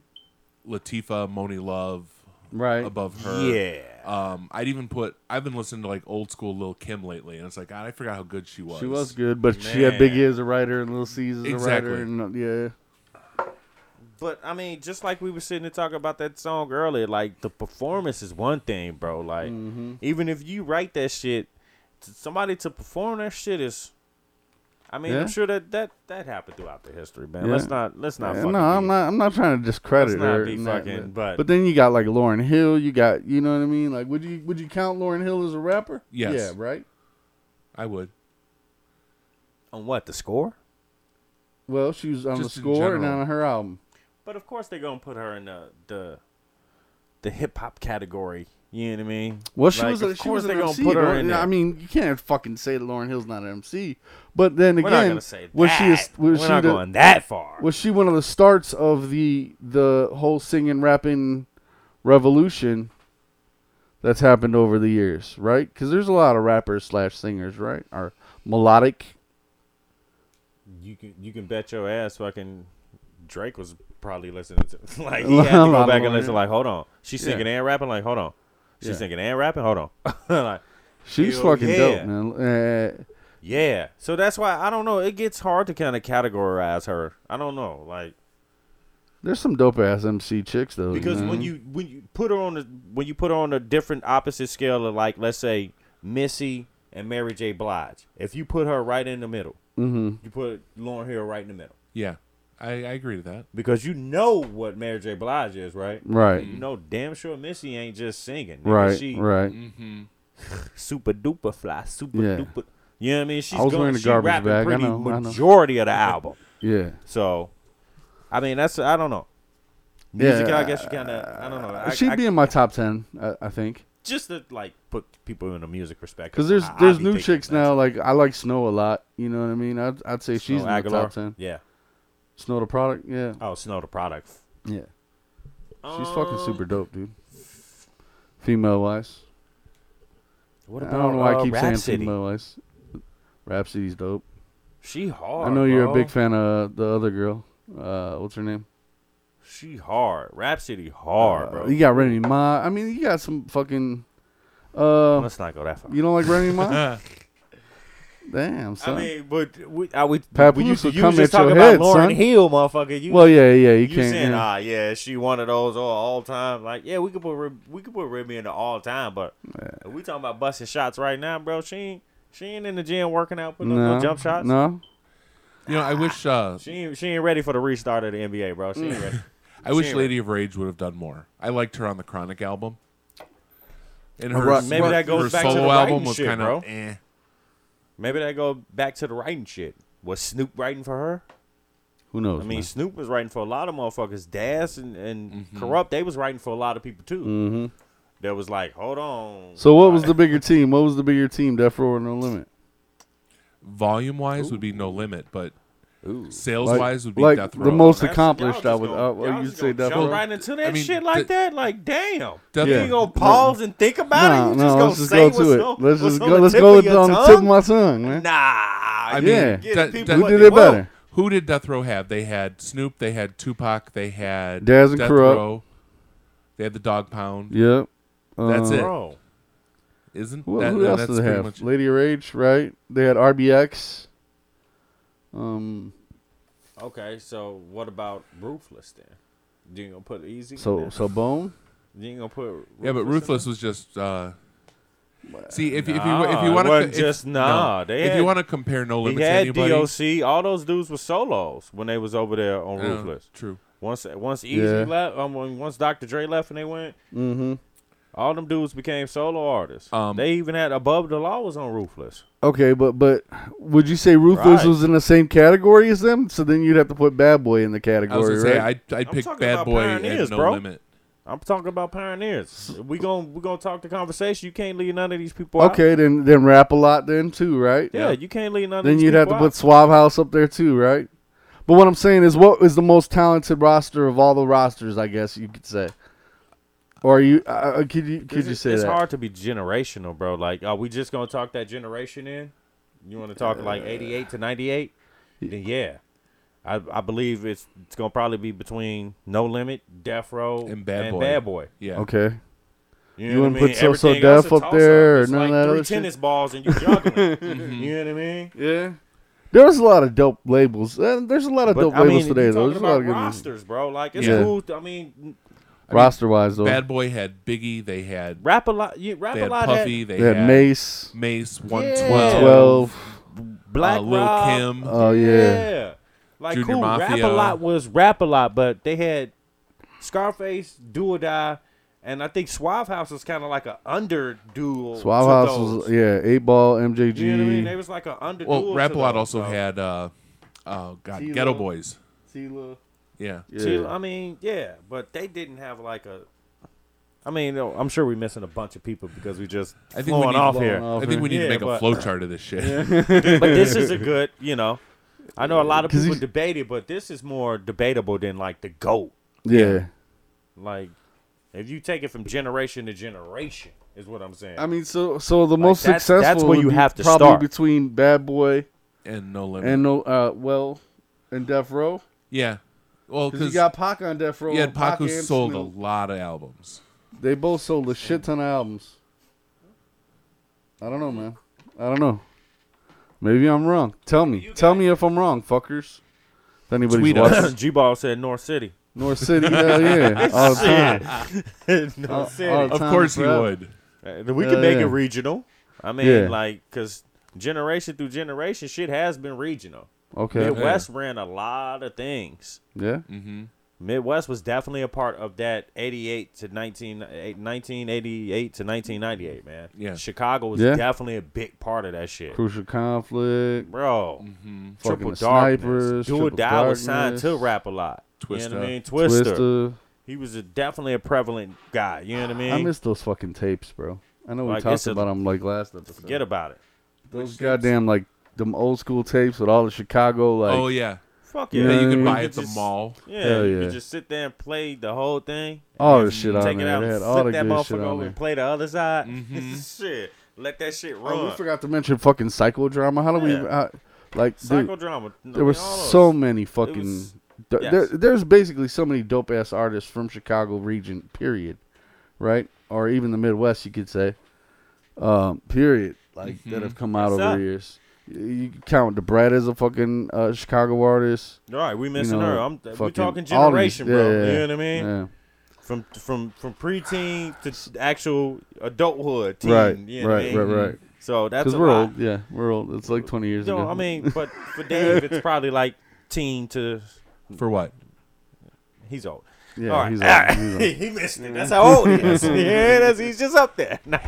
S6: Latifa, Moni Love
S3: Right.
S6: above her.
S5: yeah.
S6: Um, I'd even put. I've been listening to like old school Lil Kim lately, and it's like God, I forgot how good she was.
S3: She was good, but she had
S5: Man.
S3: Biggie as a writer and Little C's as a
S6: Exactly.
S3: writer, and uh, yeah,
S5: But I mean, just like we were sitting to talk about that song earlier, like the performance is one thing, bro. Like
S3: Mm-hmm.
S5: even if you write that shit, to somebody to perform that shit is. I mean,
S3: Yeah.
S5: I'm sure that that that happened throughout the history, man.
S3: Yeah.
S5: Let's not let's not.
S3: Yeah,
S5: fucking
S3: no, I'm
S5: be-
S3: not. I'm not trying to discredit
S5: Let's not
S3: her.
S5: be
S3: in that,
S5: fucking-
S3: but,
S5: but-
S3: then you got like Lauren Hill. You got you know what I mean. Like, would you would you count Lauren Hill as a rapper?
S6: Yes.
S3: Yeah. Right.
S6: I would.
S5: On what? The score?
S3: Well, she was on
S6: Just
S3: the
S6: in
S3: score and
S6: general.
S3: on her album.
S5: But of course they're gonna put her in the the, the hip hop category. You know what I mean?
S3: Well, she
S5: Like,
S3: was.
S5: of
S3: A, she
S5: course
S3: was an
S5: they're gonna
S3: MC.
S5: put her
S3: though.
S5: in.
S3: I
S5: there.
S3: mean, you can't fucking say that Lauren Hill's not an MC. But then
S5: we're not
S3: again,
S5: gonna say
S3: was she a,
S5: that.
S3: was
S5: we're
S3: she
S5: not
S3: the-
S5: going that far.
S3: was she one of the starts of the the whole singing rapping revolution that's happened over the years, right? Because there's a lot of rappers slash singers, right? Or melodic.
S5: you can you can bet your ass fucking Drake was probably listening to like he had to go back and listen like hold on she's singing and rapping like hold on she's
S3: Yeah.
S5: singing and rapping hold on like
S3: She's
S5: Hell
S3: fucking
S5: yeah.
S3: dope, man. Uh,
S5: yeah so that's why I don't know it gets hard to kind of categorize her I don't know like
S3: there's some dope ass MC chicks though.
S5: because
S3: know?
S5: when you when you put her on the when you put her on a different opposite scale of like let's say Missy and Mary J Blige if you put her right in the middle you put Lauren Hill right in the middle
S6: Yeah, I, I agree with that.
S5: because you know what Mary J Blige is right
S3: right,
S5: You know, damn sure Missy ain't just singing. nigga.
S3: Mm. right,
S5: she
S3: right.
S5: Mm-hmm. super duper fly, super
S3: Yeah.
S5: duper. You know what I mean? She's
S3: was
S5: going
S3: wearing a
S5: she
S3: garbage
S5: rapping
S3: bag, I
S5: pretty
S3: know, I know.
S5: majority of the album.
S3: Yeah,
S5: So, I mean, that's I don't know. Music,
S3: Yeah,
S5: I guess you kind of I don't know. I,
S3: she'd
S5: I-
S3: be in my top ten, I, I think.
S5: just to like put people in a music perspective.
S3: Because there's
S5: I- I
S3: there's
S5: be
S3: new
S5: thinking
S3: chicks
S5: that's-
S3: now. Like I like Snow a lot. You know what I mean? I'd, I'd say she's
S5: Snow
S3: in
S5: Aguilar.
S3: the top ten.
S5: Yeah.
S3: Snow the product. Yeah,
S5: Oh, Snow the product.
S3: yeah. She's fucking
S5: Um,
S3: super dope, dude. Female wise,
S5: What
S3: I
S5: about
S3: don't know why
S5: uh,
S3: I keep saying
S5: Rhapsody?
S3: female wise. Rhapsody's dope.
S5: She hard.
S3: I know you're a
S5: bro.
S3: big fan of the other girl. Uh, what's her name?
S5: She hard. Rhapsody hard, bro.
S3: Uh, You got Remy Ma. I mean, you got some fucking. Uh,
S5: Let's not go that far.
S3: you don't like Remy Ma? Damn, son.
S5: I mean, but we, I would.
S3: Papoose
S5: we used to-
S3: would
S5: you
S3: come
S5: was just
S3: at your
S5: talking about
S3: head,
S5: Lauren
S3: son.
S5: Hill, motherfucker. You,
S3: well, yeah, yeah, you,
S5: you
S3: can't.
S5: saying,
S3: yeah.
S5: ah, yeah, she one of those all, all time. Like, yeah, we could put Rib- we could put Remy in the all time, but if we talking about busting shots right now, bro. She ain't she ain't in the gym working out, putting up no jump shots.
S3: No,
S6: You know, I wish uh,
S5: She ain't, she ain't ready for the restart of the NBA, bro. She ain't
S3: Mm.
S5: ready.
S6: I wish
S5: Sarah.
S6: Lady of Rage would have done more. I liked her on the Chronic album. And her,
S3: Right.
S5: Maybe that goes
S6: her
S5: back to
S6: solo
S5: the
S6: album
S5: writing
S6: was
S5: shit,
S6: kind
S5: bro.
S6: of eh.
S5: Maybe that go back to the writing shit. Was Snoop writing for her?
S3: who knows?
S5: I mean,
S3: man?
S5: Snoop was writing for a lot of motherfuckers. Das and, and Corrupt, they was writing for a lot of people too. Mm-hmm. That was like, hold on.
S3: So what was the bigger team? What was the bigger team? Death Row or No Limit?
S6: Volume wise would be no limit, but sales
S3: Like,
S6: wise would be
S3: like
S6: Death
S3: the
S6: Row.
S3: most
S5: That's-
S3: accomplished.
S5: y'all
S3: I
S5: just
S3: would.
S5: gonna-
S3: uh, well,
S5: y'all
S3: you'd
S5: just
S3: say
S5: gonna
S3: Death
S5: jump
S3: Row.
S5: right into that
S6: I mean,
S5: shit like
S6: the-
S5: that. Like, damn.
S6: Death
S5: You
S3: Yeah.
S5: ain't gonna pause and think
S3: No,
S5: about it. You
S3: no, let's just
S5: just
S3: go
S5: gonna say what's
S3: to
S5: on-
S3: it. Let's
S5: what's
S3: just
S5: on
S3: go.
S5: the
S3: Let's
S5: tip
S3: go
S5: of
S3: with
S5: your
S3: on the tip of
S5: tongue?
S3: my tongue, man.
S5: Nah.
S6: I
S5: you
S6: mean,
S3: Yeah.
S5: get
S6: that-
S5: people
S6: that-
S5: what
S3: Who did
S5: they
S3: it
S5: want.
S3: better?
S6: Who did Death Row have? They had Snoop, they had Tupac, they had
S3: Daz and
S6: Death
S3: Corrupt.
S6: Row, they had the Dog Pound.
S3: Yep.
S6: That's it.
S5: Bro.
S6: Isn't
S3: Uh, Who,
S6: that,
S3: who else
S6: that's
S3: did they
S6: pretty
S3: have?
S6: much
S3: Lady Rage, right? They had RBX. Um.
S5: Okay, so what about Ruthless then? You ain't gonna put Easy? in
S3: So
S5: there?
S3: so Bone.
S5: you ain't gonna put Ruthless
S6: Yeah, but
S5: in
S6: Ruthless was just. Uh, see, if, if you if
S5: Nah,
S6: you
S5: it
S6: want
S5: wasn't just- nah, they
S6: if
S5: had-
S6: you want to compare No
S5: there?
S6: Limit
S5: He
S6: to
S5: had
S6: anybody,
S5: DOC. All those dudes were solos when they was over there on
S6: Yeah,
S5: Ruthless.
S6: True.
S5: Once once Easy
S3: Yeah.
S5: left, um, when- once Dr. Dre left and they went,
S3: Mm-hmm.
S5: all them dudes became solo artists.
S6: Um,
S5: they even had Above the Law was on Ruthless.
S3: Okay, but but would you say Ruthless
S5: Right.
S3: was in the same category as them? So then you'd have to put Bad Boy in the category,
S6: I was gonna
S3: right?
S6: say I'd, I'd
S5: I'm
S6: pick
S5: talking
S6: Bad
S5: about
S6: Boy
S5: pioneers,
S6: and No
S5: bro.
S6: Limit.
S5: I'm talking about pioneers. We gon' we gonna talk the conversation. You can't leave none of these people out.
S3: okay, then then rap a lot then too, right?
S5: Yeah, you can't leave none.
S3: Then
S5: of these
S3: you'd have to
S5: people
S3: put Swab House up there too, right? But what I'm saying is, what is the most talented roster of all the rosters? I guess you could say. Or you uh, uh, could you could
S5: It's-
S3: you say
S5: it's
S3: that?
S5: hard to be generational, bro. Like, are we just gonna talk that generation in? You want to talk
S3: Uh,
S5: like '88 to '98? Then yeah, I I believe it's it's gonna probably be between No Limit, Death Row,
S6: And Bad Boy. Yeah.
S3: Okay.
S5: You,
S3: You
S5: know what I
S3: wouldn't put
S5: mean?
S3: So So
S5: Everything else
S3: Def
S5: a
S3: up
S5: toss-up.
S3: there or
S5: It's
S3: none of
S5: like
S3: that
S5: three
S3: other shit?
S5: tennis balls and you juggling. You know what I mean?
S3: Yeah. There was a lot of dope labels. Uh, there's a lot of
S5: But,
S3: dope
S5: I
S3: labels
S5: mean,
S3: today,
S5: you
S3: though.
S5: talking
S3: There's a lot
S5: about
S3: of good
S5: rosters, bro. Like it's
S3: Yeah.
S5: cool. to- I mean,
S3: roster wise though.
S6: Bad Boy had Biggie. They had
S5: rap a lot. You rap
S6: they
S5: a
S6: had
S5: lot.
S6: Puffy.
S5: Puffy,
S6: They
S3: they had
S6: had
S3: Mace,
S6: Mace
S5: Yeah.
S6: 112.
S3: 12.
S5: Black
S6: uh, Lil
S5: Rob.
S6: Kim.
S3: Oh yeah.
S5: Yeah. Like
S6: Junior
S5: cool. Rap
S6: Mafia.
S5: a lot was rap a lot, but they had Scarface, Do or Die, And I think Suave House was kind of like an under duel.
S3: Suave
S5: to
S3: House
S5: those.
S3: was E yeah, eight ball, MJG.
S5: You know what I mean? They was like an under
S6: Well,
S5: duel.
S6: Rap
S5: to
S6: A Lot
S5: those,
S6: also
S5: so.
S6: had uh, oh god,
S3: T-Lo.
S6: Ghetto Boys.
S3: Tila.
S6: Yeah.
S3: Yeah.
S5: T- I mean, yeah, but they didn't have like a. I mean, no, I'm sure we're missing a bunch of people because we just
S6: I think we
S5: flowing
S6: need-
S5: off
S6: Blowing
S5: here.
S3: off.
S6: I think we need
S5: Yeah,
S6: to make a
S5: but-
S6: flowchart of this shit.
S5: But this is a good, you know. I know a lot of
S3: 'Cause
S5: people
S3: he's-
S5: debate it, but this is more debatable than like the goat.
S3: yeah.
S5: Like, if you take it from generation to generation, is what I'm saying.
S3: I mean, so so the most
S5: that's-
S3: successful
S5: that's where
S3: would
S5: you
S3: be
S5: have to
S3: probably
S5: start. Mm-hmm.
S3: between Bad Boy
S6: And no limit.
S3: and no uh well and Death Row
S6: yeah. Well,
S3: because you
S6: because
S3: got Pac on Death Row.
S6: yeah,
S3: and Pac
S6: Pac who
S3: and
S6: sold a
S3: Snoop.
S6: lot of albums.
S3: They both sold a shit ton of albums. I don't know, man. I don't know. Maybe I'm wrong. Tell me. Tell me if I'm wrong, fuckers. If anybody's
S6: Tweet us.
S3: watching,
S5: G Ball said North City.
S3: North City, hell yeah, all the time. All-
S5: North
S3: all the
S6: Of
S3: time,
S6: course he
S3: forever.
S6: would.
S5: Uh, We
S3: Uh, Yeah,
S5: can make
S3: yeah.
S5: it regional. I mean,
S3: Yeah.
S5: like, because generation through generation, shit has been regional.
S3: Okay.
S5: Midwest ran a lot of things.
S3: Yeah.
S5: Midwest was definitely a part of that 88 to 19, eh, 1988 to 1998, man.
S6: Yeah.
S5: Chicago was
S3: Yeah.
S5: definitely a big part of that shit.
S3: Crucial conflict.
S5: Bro,
S3: Fucking
S5: Triple
S3: the
S5: Darkness.
S3: Snipers,
S5: Do or
S3: Triple
S5: Die was signed
S3: Darkness.
S5: to Rap a lot. You know what
S6: Twista.
S5: I mean? Twister.
S3: Twister.
S5: He was a, definitely a prevalent guy. You know what I mean?
S3: I miss those fucking tapes, bro. I know we
S5: Like,
S3: talked
S5: it's a-
S3: about them like last episode.
S5: Forget about it.
S3: those goddamn like them old school tapes with all the Chicago like.
S6: oh yeah.
S5: Fuck
S3: You
S5: yeah.
S3: know
S6: That you
S3: what I mean?
S6: could buy at
S5: could
S6: the
S5: just-
S6: mall.
S5: Yeah,
S3: Hell
S5: you
S3: yeah.
S5: could just sit there and play the whole thing.
S3: all the shit on
S5: take
S3: there.
S5: it out,
S3: They
S5: and
S3: had all the
S5: flip that
S3: good shit
S5: motherfucker
S3: on
S5: over
S3: there.
S5: and play the other side. shit, let that shit run.
S3: Oh, we forgot to mention fucking psychodrama. How do we
S5: Yeah.
S3: uh, like? Dude,
S5: Psychodrama. No,
S3: there were
S5: all those.
S3: so many fucking.
S5: was-
S3: th-
S5: yes.
S3: there, there's basically so many dope ass artists from Chicago region. Period. Right, or even the Midwest, you could say. Um, period. Like that have come out
S5: What's
S3: over
S5: Mm-hmm. up?
S3: the years. Y- You can count DeBrad as a fucking uh, Chicago artist.
S5: All right, we missing
S3: know,
S5: her. I'm, we
S3: fucking
S5: talking
S3: all these-
S5: generation, bro.
S3: yeah,
S5: you know what I mean?
S3: yeah.
S5: From from from preteen to actual adulthood, teen.
S3: Right,
S5: you know what I
S3: right,
S5: mean?
S3: right, right.
S5: So that's
S3: Because
S5: a
S3: we're
S5: lot.
S3: old. Yeah, we're old. It's like 20 years
S5: No,
S3: ago.
S5: I mean, but for Dave, it's probably like teen to
S6: For what?
S5: he's old.
S3: yeah,
S5: All right.
S3: he's old. He's old.
S5: he missed it. That's how old he is. yeah, that's, he's just up there. Nah.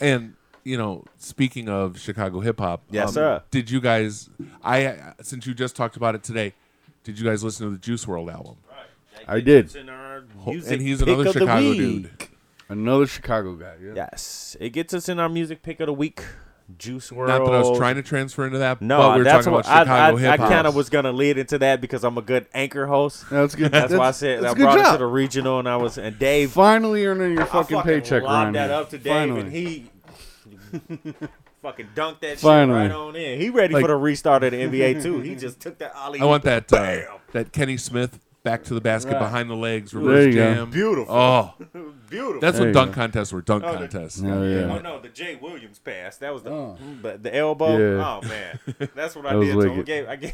S6: And you know, speaking of Chicago hip hop, um,
S5: Yes, sir.
S6: Did you guys? I since you just talked about it today, did you guys listen to the Juice World album?
S3: I did.
S5: It's in our
S6: Ho-
S5: music
S6: and he's
S5: pick
S6: another
S5: of the
S6: Chicago
S5: week.
S6: dude.
S3: Another Chicago guy. Yeah.
S5: Yes, it gets us in our music pick of the week. Juice World.
S6: Not that I was trying to transfer into that.
S5: No,
S6: but we were
S5: that's
S6: talking
S5: what
S6: about
S5: I, I,
S6: Chicago
S5: I
S6: hip hop.
S5: kind of was gonna lead into that because I'm a good anchor host.
S3: That's good.
S5: That's, why I said
S3: that's
S5: I
S3: a good
S5: brought it
S3: job.
S5: to the regional, and I was and Dave
S3: Finally earning your
S5: I
S3: fucking, paycheck, Ryan.
S5: lobbed that up to Dave,
S3: Finally.
S5: and he fucking dunked that
S3: Finally.
S5: shit right on in. He ready
S6: Like-
S5: for the restart of the NBA too. He just took that ollie.
S6: I want that uh, that Kenny Smith back to the basket behind the legs
S3: There
S6: reverse
S3: you go.
S6: jam.
S5: Beautiful.
S6: Oh,
S5: beautiful.
S6: that's
S3: There
S6: what
S3: you
S6: dunk
S3: go.
S6: contests were. Dunk
S5: the-
S6: contests.
S3: Oh,
S5: Oh
S3: yeah.
S5: no, the Jay Williams pass. That was the
S3: Oh.
S5: the, the elbow.
S3: Yeah.
S5: Oh man, that's what I
S3: That was
S5: did. To him.
S3: wicked.
S5: Gave, I gave,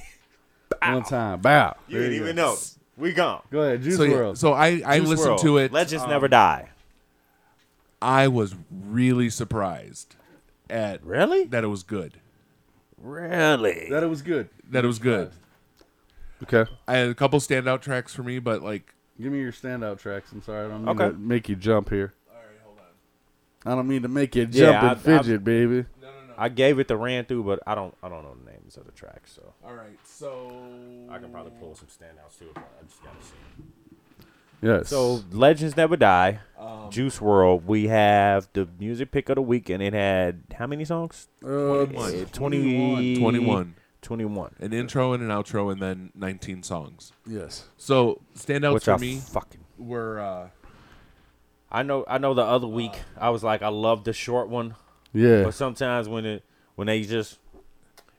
S3: One time. Bow.
S5: you
S3: There
S5: didn't
S3: go.
S5: even notice. We gone.
S3: Go ahead. Juice
S6: So, yeah,
S3: World.
S6: so I I
S5: Juice
S6: listened
S5: WRLD.
S6: to it.
S5: Legends
S3: Um,
S5: never die.
S6: I was really surprised at
S5: Really?
S6: that it was good.
S5: Really?
S3: that it was good.
S6: That it was good.
S3: Okay.
S6: I had a couple standout tracks for me, but like
S3: Give me your standout tracks. I'm sorry. I don't mean
S5: Okay.
S3: to make you jump here. I don't mean to make you jump
S5: Yeah,
S3: and
S5: I- I-
S3: fidget, baby.
S5: I gave it the ran through, but I don't I don't know the names of the tracks, so
S6: All right, so
S5: I can probably pull some standouts too. But I just gotta see.
S3: Yes.
S5: So Legends Never Die, Juice World. We have the music pick of the week, and it had how many songs?
S3: uh,
S5: 20,
S6: 21.
S5: 21.
S6: an intro and an outro, and then 19 songs.
S3: yes.
S6: So standouts
S5: Which
S6: for
S5: I
S6: me
S5: fucking
S6: were uh,
S5: I know I know the other week I was like I love the short one,
S3: Yeah.
S5: but sometimes when it when they just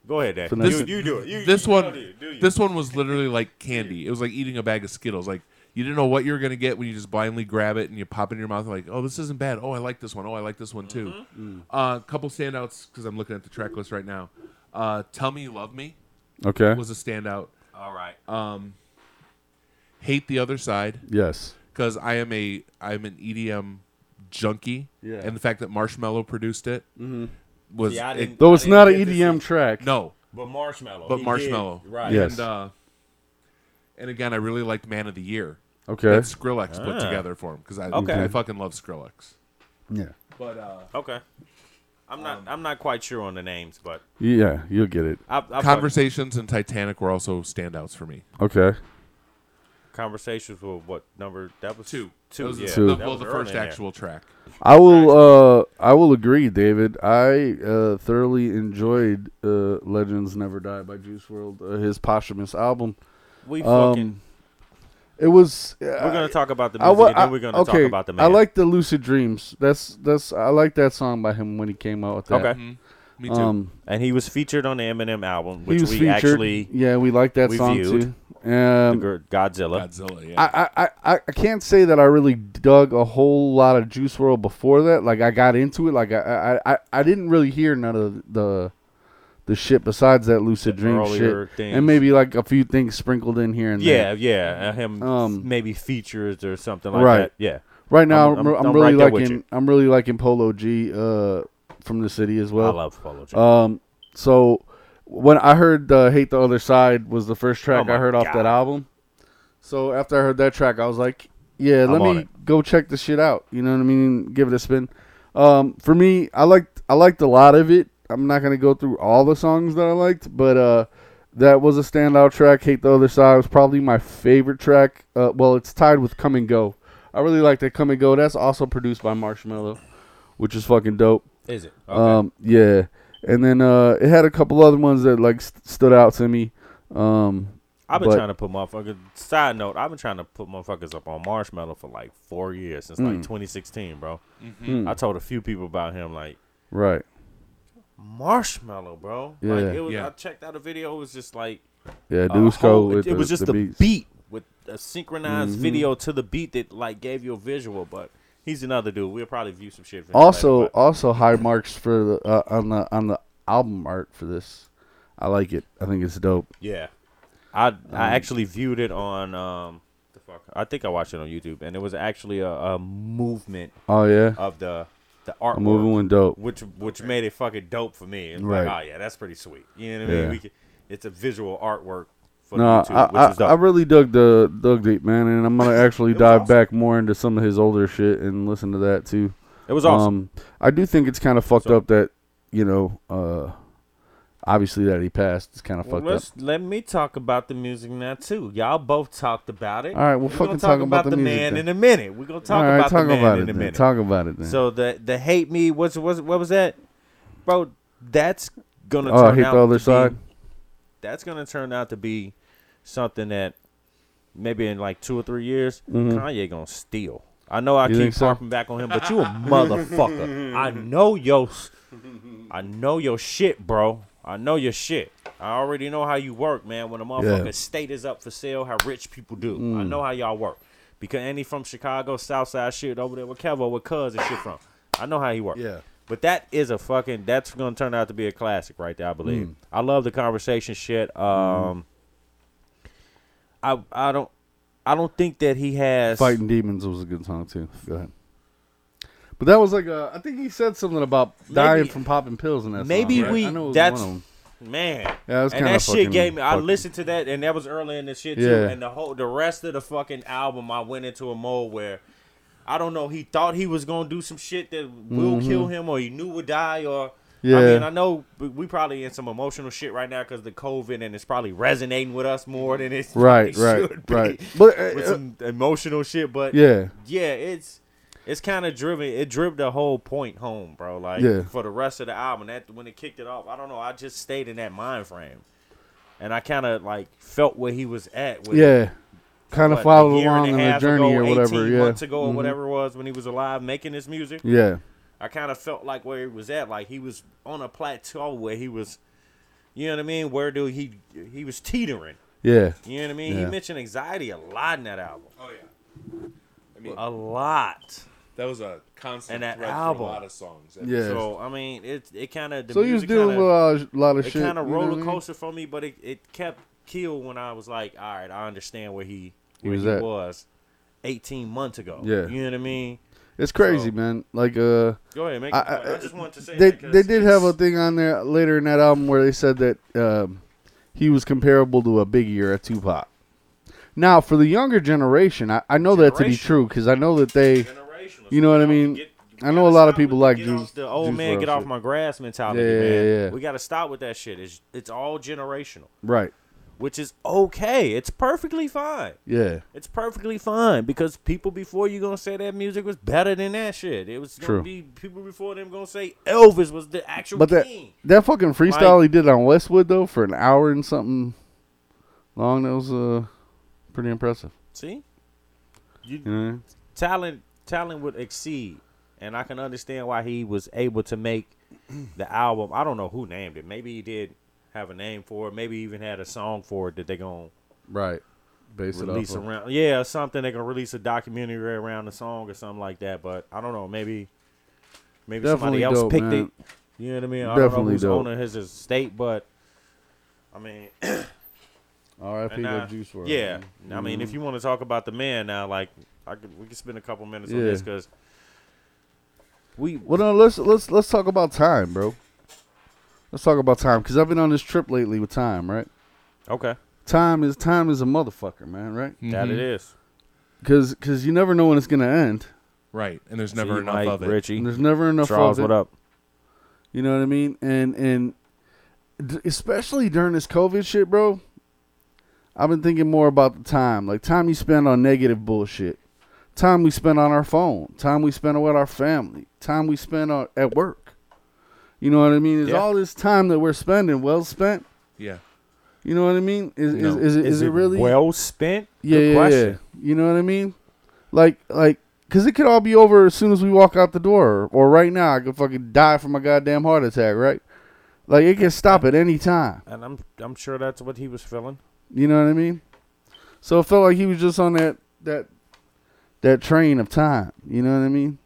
S5: go ahead, Dave.
S3: Finesse
S5: you,
S3: it.
S5: you do it. You,
S6: this
S5: you
S6: one.
S5: know it, do you?
S6: This one was literally like candy. It was like eating a bag of Skittles. Like you didn't know what you were gonna get when you just blindly grab it and you pop it in your mouth. Like oh, this isn't bad. Oh, I like this one. Oh, I like this one too.
S5: Mm-hmm.
S6: A uh, couple standouts because I'm looking at the track list right now. Uh, Tell me you love me
S3: Okay.
S6: was a standout.
S5: All right. Uh,
S6: Hate the other side.
S3: Yes.
S6: because I am a I'm an EDM junkie,
S3: Yeah.
S6: and the fact that Marshmello produced it was
S5: See, I
S6: it-
S5: didn't-
S3: Though it's
S5: I didn't
S3: not an
S5: get to
S3: EDM
S5: see-
S3: track.
S6: no, uh,
S5: but Marshmallow.
S6: but
S5: he did,
S6: Marshmello,
S5: right?
S3: Yes.
S6: And, uh, and again, I really liked Man of the Year,
S3: Okay.
S6: that Skrillex put together for him because I,
S5: Okay.
S6: I fucking love Skrillex.
S3: yeah.
S6: But uh,
S5: Okay. I'm not. I'm not quite sure on the names, but
S3: Yeah, you'll get it.
S5: I, I fuck-
S6: Conversations and Titanic were also standouts for me.
S3: Okay.
S5: conversations were what number? That was
S6: Two,
S5: Two.
S6: That was
S5: yeah,
S6: the,
S5: that
S6: well,
S5: was
S6: the
S5: early
S6: first
S5: in there.
S6: actual track.
S3: I will uh I will agree, David. I uh thoroughly enjoyed uh Legends Never Die by Juice World, uh, his posthumous album.
S5: We
S3: Um
S5: fucking.
S3: it was uh,
S5: we're gonna talk about the
S3: I
S5: music,
S3: wa-
S5: and then
S3: I-
S5: we're gonna
S3: okay,
S5: talk about the man.
S3: I like the Lucid Dreams. That's that's I like that song by him when he came out with that.
S5: Okay.
S6: Me too.
S3: Um
S5: And he was featured on the Eminem album,
S3: he
S5: which we
S3: was featured.
S5: actually
S3: yeah, we like that
S5: we
S3: song
S5: viewed.
S3: too. Um
S5: Gr- Godzilla.
S6: Godzilla. Yeah.
S3: I, I, I, I can't say that I really dug a whole lot of Juice World before that. Like I got into it. Like I I, I, I didn't really hear none of the the shit besides that Lucid
S5: The
S3: Dream
S5: earlier
S3: shit,
S5: things.
S3: and maybe like a few things sprinkled in here and there.
S5: Yeah, yeah. uh, Him
S3: Um,
S5: maybe features or something like
S3: Right.
S5: that. Yeah.
S3: Right now,
S5: I'm-
S3: I'm,
S5: I'm-
S3: I'm,
S5: I'm
S3: really
S5: right there with
S3: liking
S5: you.
S3: I'm really liking Polo G uh from the city as well.
S5: I love Follow J.
S3: Um, so when I heard uh, "Hate the Other Side" was the first track
S5: Oh
S3: I
S5: my
S3: heard off
S5: God.
S3: that album. So after I heard that track, I was like, "Yeah, let
S5: I'm on
S3: me
S5: it.
S3: go check this shit out." You know what I mean? Give it a spin. Um, for me, I liked I liked a lot of it. I'm not gonna go through all the songs that I liked, but uh, that was a standout track. "Hate the Other Side" was probably my favorite track. Uh, well, it's tied with "Come and Go." I really like that "Come and Go." That's also produced by Marshmello, which is fucking dope.
S5: Is it?
S3: Um, yeah, and then uh, it had a couple other ones that like st- stood out to me. Um,
S5: I've been
S3: but-
S5: trying to put motherfuckers. Side note, I've been trying to put motherfuckers up on Marshmallow for like four years since
S3: Hmm.
S5: like 2016, bro.
S6: Mm-hmm.
S5: I told a few people about him, like
S3: right.
S5: Marshmallow, bro.
S3: Yeah.
S5: Like it was.
S6: Yeah.
S5: I checked out a video. It was just like
S3: Yeah,
S5: a
S3: Deuce
S5: Uh, whole-
S3: Cole
S5: It,
S3: with
S5: it
S3: the,
S5: was
S3: the
S5: just the,
S3: beats. Mm-hmm.
S5: beat with a synchronized video to the beat that like gave you a visual. But he's another dude. We'll probably view some shit. From him later,
S3: Also, uh,
S5: but-
S3: also high marks for the uh, on the on the album art for this. I like it. I think it's dope.
S5: Yeah, I
S3: um,
S5: I actually viewed it on um the fuck I think I watched it on YouTube, and it was actually a, a movement
S3: Oh yeah,
S5: of the the artwork,
S3: I'm moving one dope.
S5: which which made it fucking dope for me. It's
S3: Right.
S5: like, oh yeah, that's pretty sweet. You know what I mean?
S3: Yeah.
S5: We can, it's a visual artwork for
S3: No,
S5: YouTube,
S3: I,
S5: which
S3: I,
S5: is dope.
S3: I really dug the dug deep man, and I'm gonna actually
S5: was
S3: dive
S5: awesome.
S3: back more into some of his older shit and listen to that too.
S5: it was awesome.
S3: Um, I do think it's kind of fucked
S5: So-
S3: up that you know, uh, obviously that he passed. It's kind of
S5: Well,
S3: fucked up.
S5: let's- Let me talk about the music now too. Y'all both talked about it.
S3: All right, we'll
S5: we're
S3: fucking
S5: gonna
S3: talk
S5: talk
S3: about the
S5: the,
S3: music
S5: man
S3: then.
S5: in a minute. We're gonna talk
S3: All right,
S5: about
S3: talk
S5: the man
S3: about it
S5: in a
S3: then.
S5: minute.
S3: Talk about it then.
S5: So the the hate me what's was what was that, bro? That's gonna
S3: Oh, I
S5: turn
S3: hate the
S5: out
S3: other
S5: to be-
S3: side.
S5: that's gonna turn out to be something that maybe in like two or three years Kanye gonna steal. I know I
S3: Mm-hmm. You
S5: keep
S3: think so?
S5: harping back on him, but you a motherfucker. I know your, s- I know your shit, bro. I know your shit. I already know how you work, man. When a motherfucker state is up for sale, how rich people do.
S3: Mm.
S5: I know how y'all work. Because any from Chicago, Southside shit over there with Kevo, with Cuz and shit from. I know how he works.
S3: Yeah.
S5: But that is a fucking that's gonna turn out to be a classic right there, I believe.
S3: Mm.
S5: I love the conversation shit. Um I I don't I don't think that he has
S3: Fighting Demons was a good song too. Go ahead. But that was like uh, I think he said something about dying
S5: Maybe-
S3: from popping pills in that song,
S5: maybe
S3: right?
S5: we
S3: I know it was
S5: that's
S3: one of 'em.
S5: man.
S3: Yeah, that's
S5: and
S3: kinda
S5: that
S3: fucking-
S5: shit gave me I
S3: fucking-
S5: listened to that and that was early in the shit too.
S3: Yeah.
S5: And the whole the rest of the fucking album I went into a mode where I don't know, he thought he was gonna do some shit that will kill him or he knew would die or I
S3: Mm-hmm. Yeah.
S5: mean, I know we- we probably in some emotional shit right now because the COVID and it's probably resonating with us more than it's
S3: right,
S5: it
S3: right,
S5: should be
S3: right. But uh,
S5: with
S3: uh,
S5: some emotional shit. But
S3: yeah,
S5: yeah, it's it's kind of driven. It drove the whole point home, bro. Like
S3: Yeah.
S5: for the rest of the album, that when it kicked it off, I don't know. I just stayed in that mind frame, and I kind of like felt where he was at. With
S3: yeah, kind of
S5: what, a
S3: followed
S5: year and
S3: along
S5: a
S3: in the
S5: half
S3: journey
S5: ago,
S3: or whatever.
S5: 18
S3: Yeah, Mm-hmm.
S5: months ago or whatever it was when he was alive making this music.
S3: yeah,
S5: I kind of felt like where he was at, like he was on a plateau where he was, you know what I mean? Where do he he was teetering?
S3: yeah.
S5: You know what I mean?
S3: Yeah.
S5: He mentioned anxiety a lot in that album,
S6: oh yeah. I mean,
S5: a lot.
S6: that was a constant
S5: and that
S6: thread through
S5: album.
S6: a lot of songs.
S3: Yeah.
S5: So I mean, it it kind of
S3: So he was dealing with uh, a lot of
S5: it
S3: shit.
S5: kind of
S3: you know what I
S5: roller
S3: mean?
S5: coaster for me, but it, it kept killed when I was like, all right, I understand where he
S3: He
S5: where
S3: was
S5: he
S3: at.
S5: was 18 months ago.
S3: Yeah.
S5: you know what I mean.
S3: It's crazy,
S5: So-
S3: man. Like uh.
S5: Go ahead, make.
S3: I-
S5: your point. I,
S3: I-
S5: just wanted to say
S3: they
S5: that 'cause
S3: they did have a
S5: it's-
S3: thing on there later in that album where they said that um, he was comparable to a Biggie or a Tupac. Now, for the younger generation, I, I know that to be
S5: Generation.
S3: true because I know that they.
S5: Generational.
S3: You know what I mean? I know a lot of people like
S5: get
S3: juice.
S5: off the old
S3: juice
S5: man
S3: WRLD
S5: get off
S3: shit.
S5: my grass mentality,
S3: Yeah, yeah,
S5: man.
S3: yeah, yeah.
S5: We got to stop with that shit. It's it's all generational,
S3: Right.
S5: which is okay. It's perfectly fine.
S3: Yeah.
S5: It's perfectly fine because people before you gonna say that music was better than that shit. It was gonna
S3: True.
S5: be people before them gonna say Elvis was the actual
S3: But that
S5: king.
S3: that fucking freestyle he did on Westwood though for an hour and something long, that was uh pretty impressive.
S5: See,
S3: You know? what I mean?
S5: talent talent would exceed, and I can understand why he was able to make the album. I don't know who named it. Maybe he did have a name for it. Maybe he even had a song for it that they gonna
S3: Right. Base it off
S5: release
S3: of.
S5: around. Yeah, or something they can release a documentary around the song or something like that. But I don't know. Maybe maybe
S3: Definitely
S5: somebody else
S3: dope,
S5: picked
S3: man.
S5: it. You know what I mean? I don't know
S3: Definitely
S5: who's
S3: dope.
S5: owning his estate, but I mean,
S3: R.I.P.
S5: and
S3: to
S5: I-
S3: Juice WRLD.
S5: yeah.
S3: man. Mm-hmm.
S5: I mean, if you want to talk about the man now, like I could, we could spend a couple minutes on
S3: Yeah.
S5: this because we
S3: Well, no, let's let's let's talk about time, bro. Let's talk about time because I've been on this trip lately with time, right?
S5: okay.
S3: Time is time is a motherfucker, man, right?
S5: That
S6: Mm-hmm.
S5: it is.
S3: Because because you never know when it's gonna end.
S6: Right. And there's never
S5: See,
S6: enough
S5: Mike,
S6: of it.
S5: Richie,
S3: And there's never enough
S5: Charles,
S3: of it.
S5: what up?
S3: You know what I mean? And and d- especially during this COVID shit, bro. I've been thinking more about the time, like time you spend on negative bullshit, time we spend on our phone, time we spend with our family, time we spend on at work. You know what I mean? Is
S5: Yeah.
S3: all this time that we're spending well spent?
S6: Yeah.
S3: You know what I mean? Is is,
S6: No.
S3: is, it, is, it really?
S5: well spent?
S3: yeah,
S5: Good
S3: yeah,
S5: question.
S3: yeah. You know what I mean? Like like, cause it could all be over as soon as we walk out the door, or right now I could fucking die from a goddamn heart attack, right? Like it can stop at any time.
S5: And I'm I'm sure that's what he was feeling.
S3: You know what I mean? So it felt like he was just on that that that train of time. You know what I mean?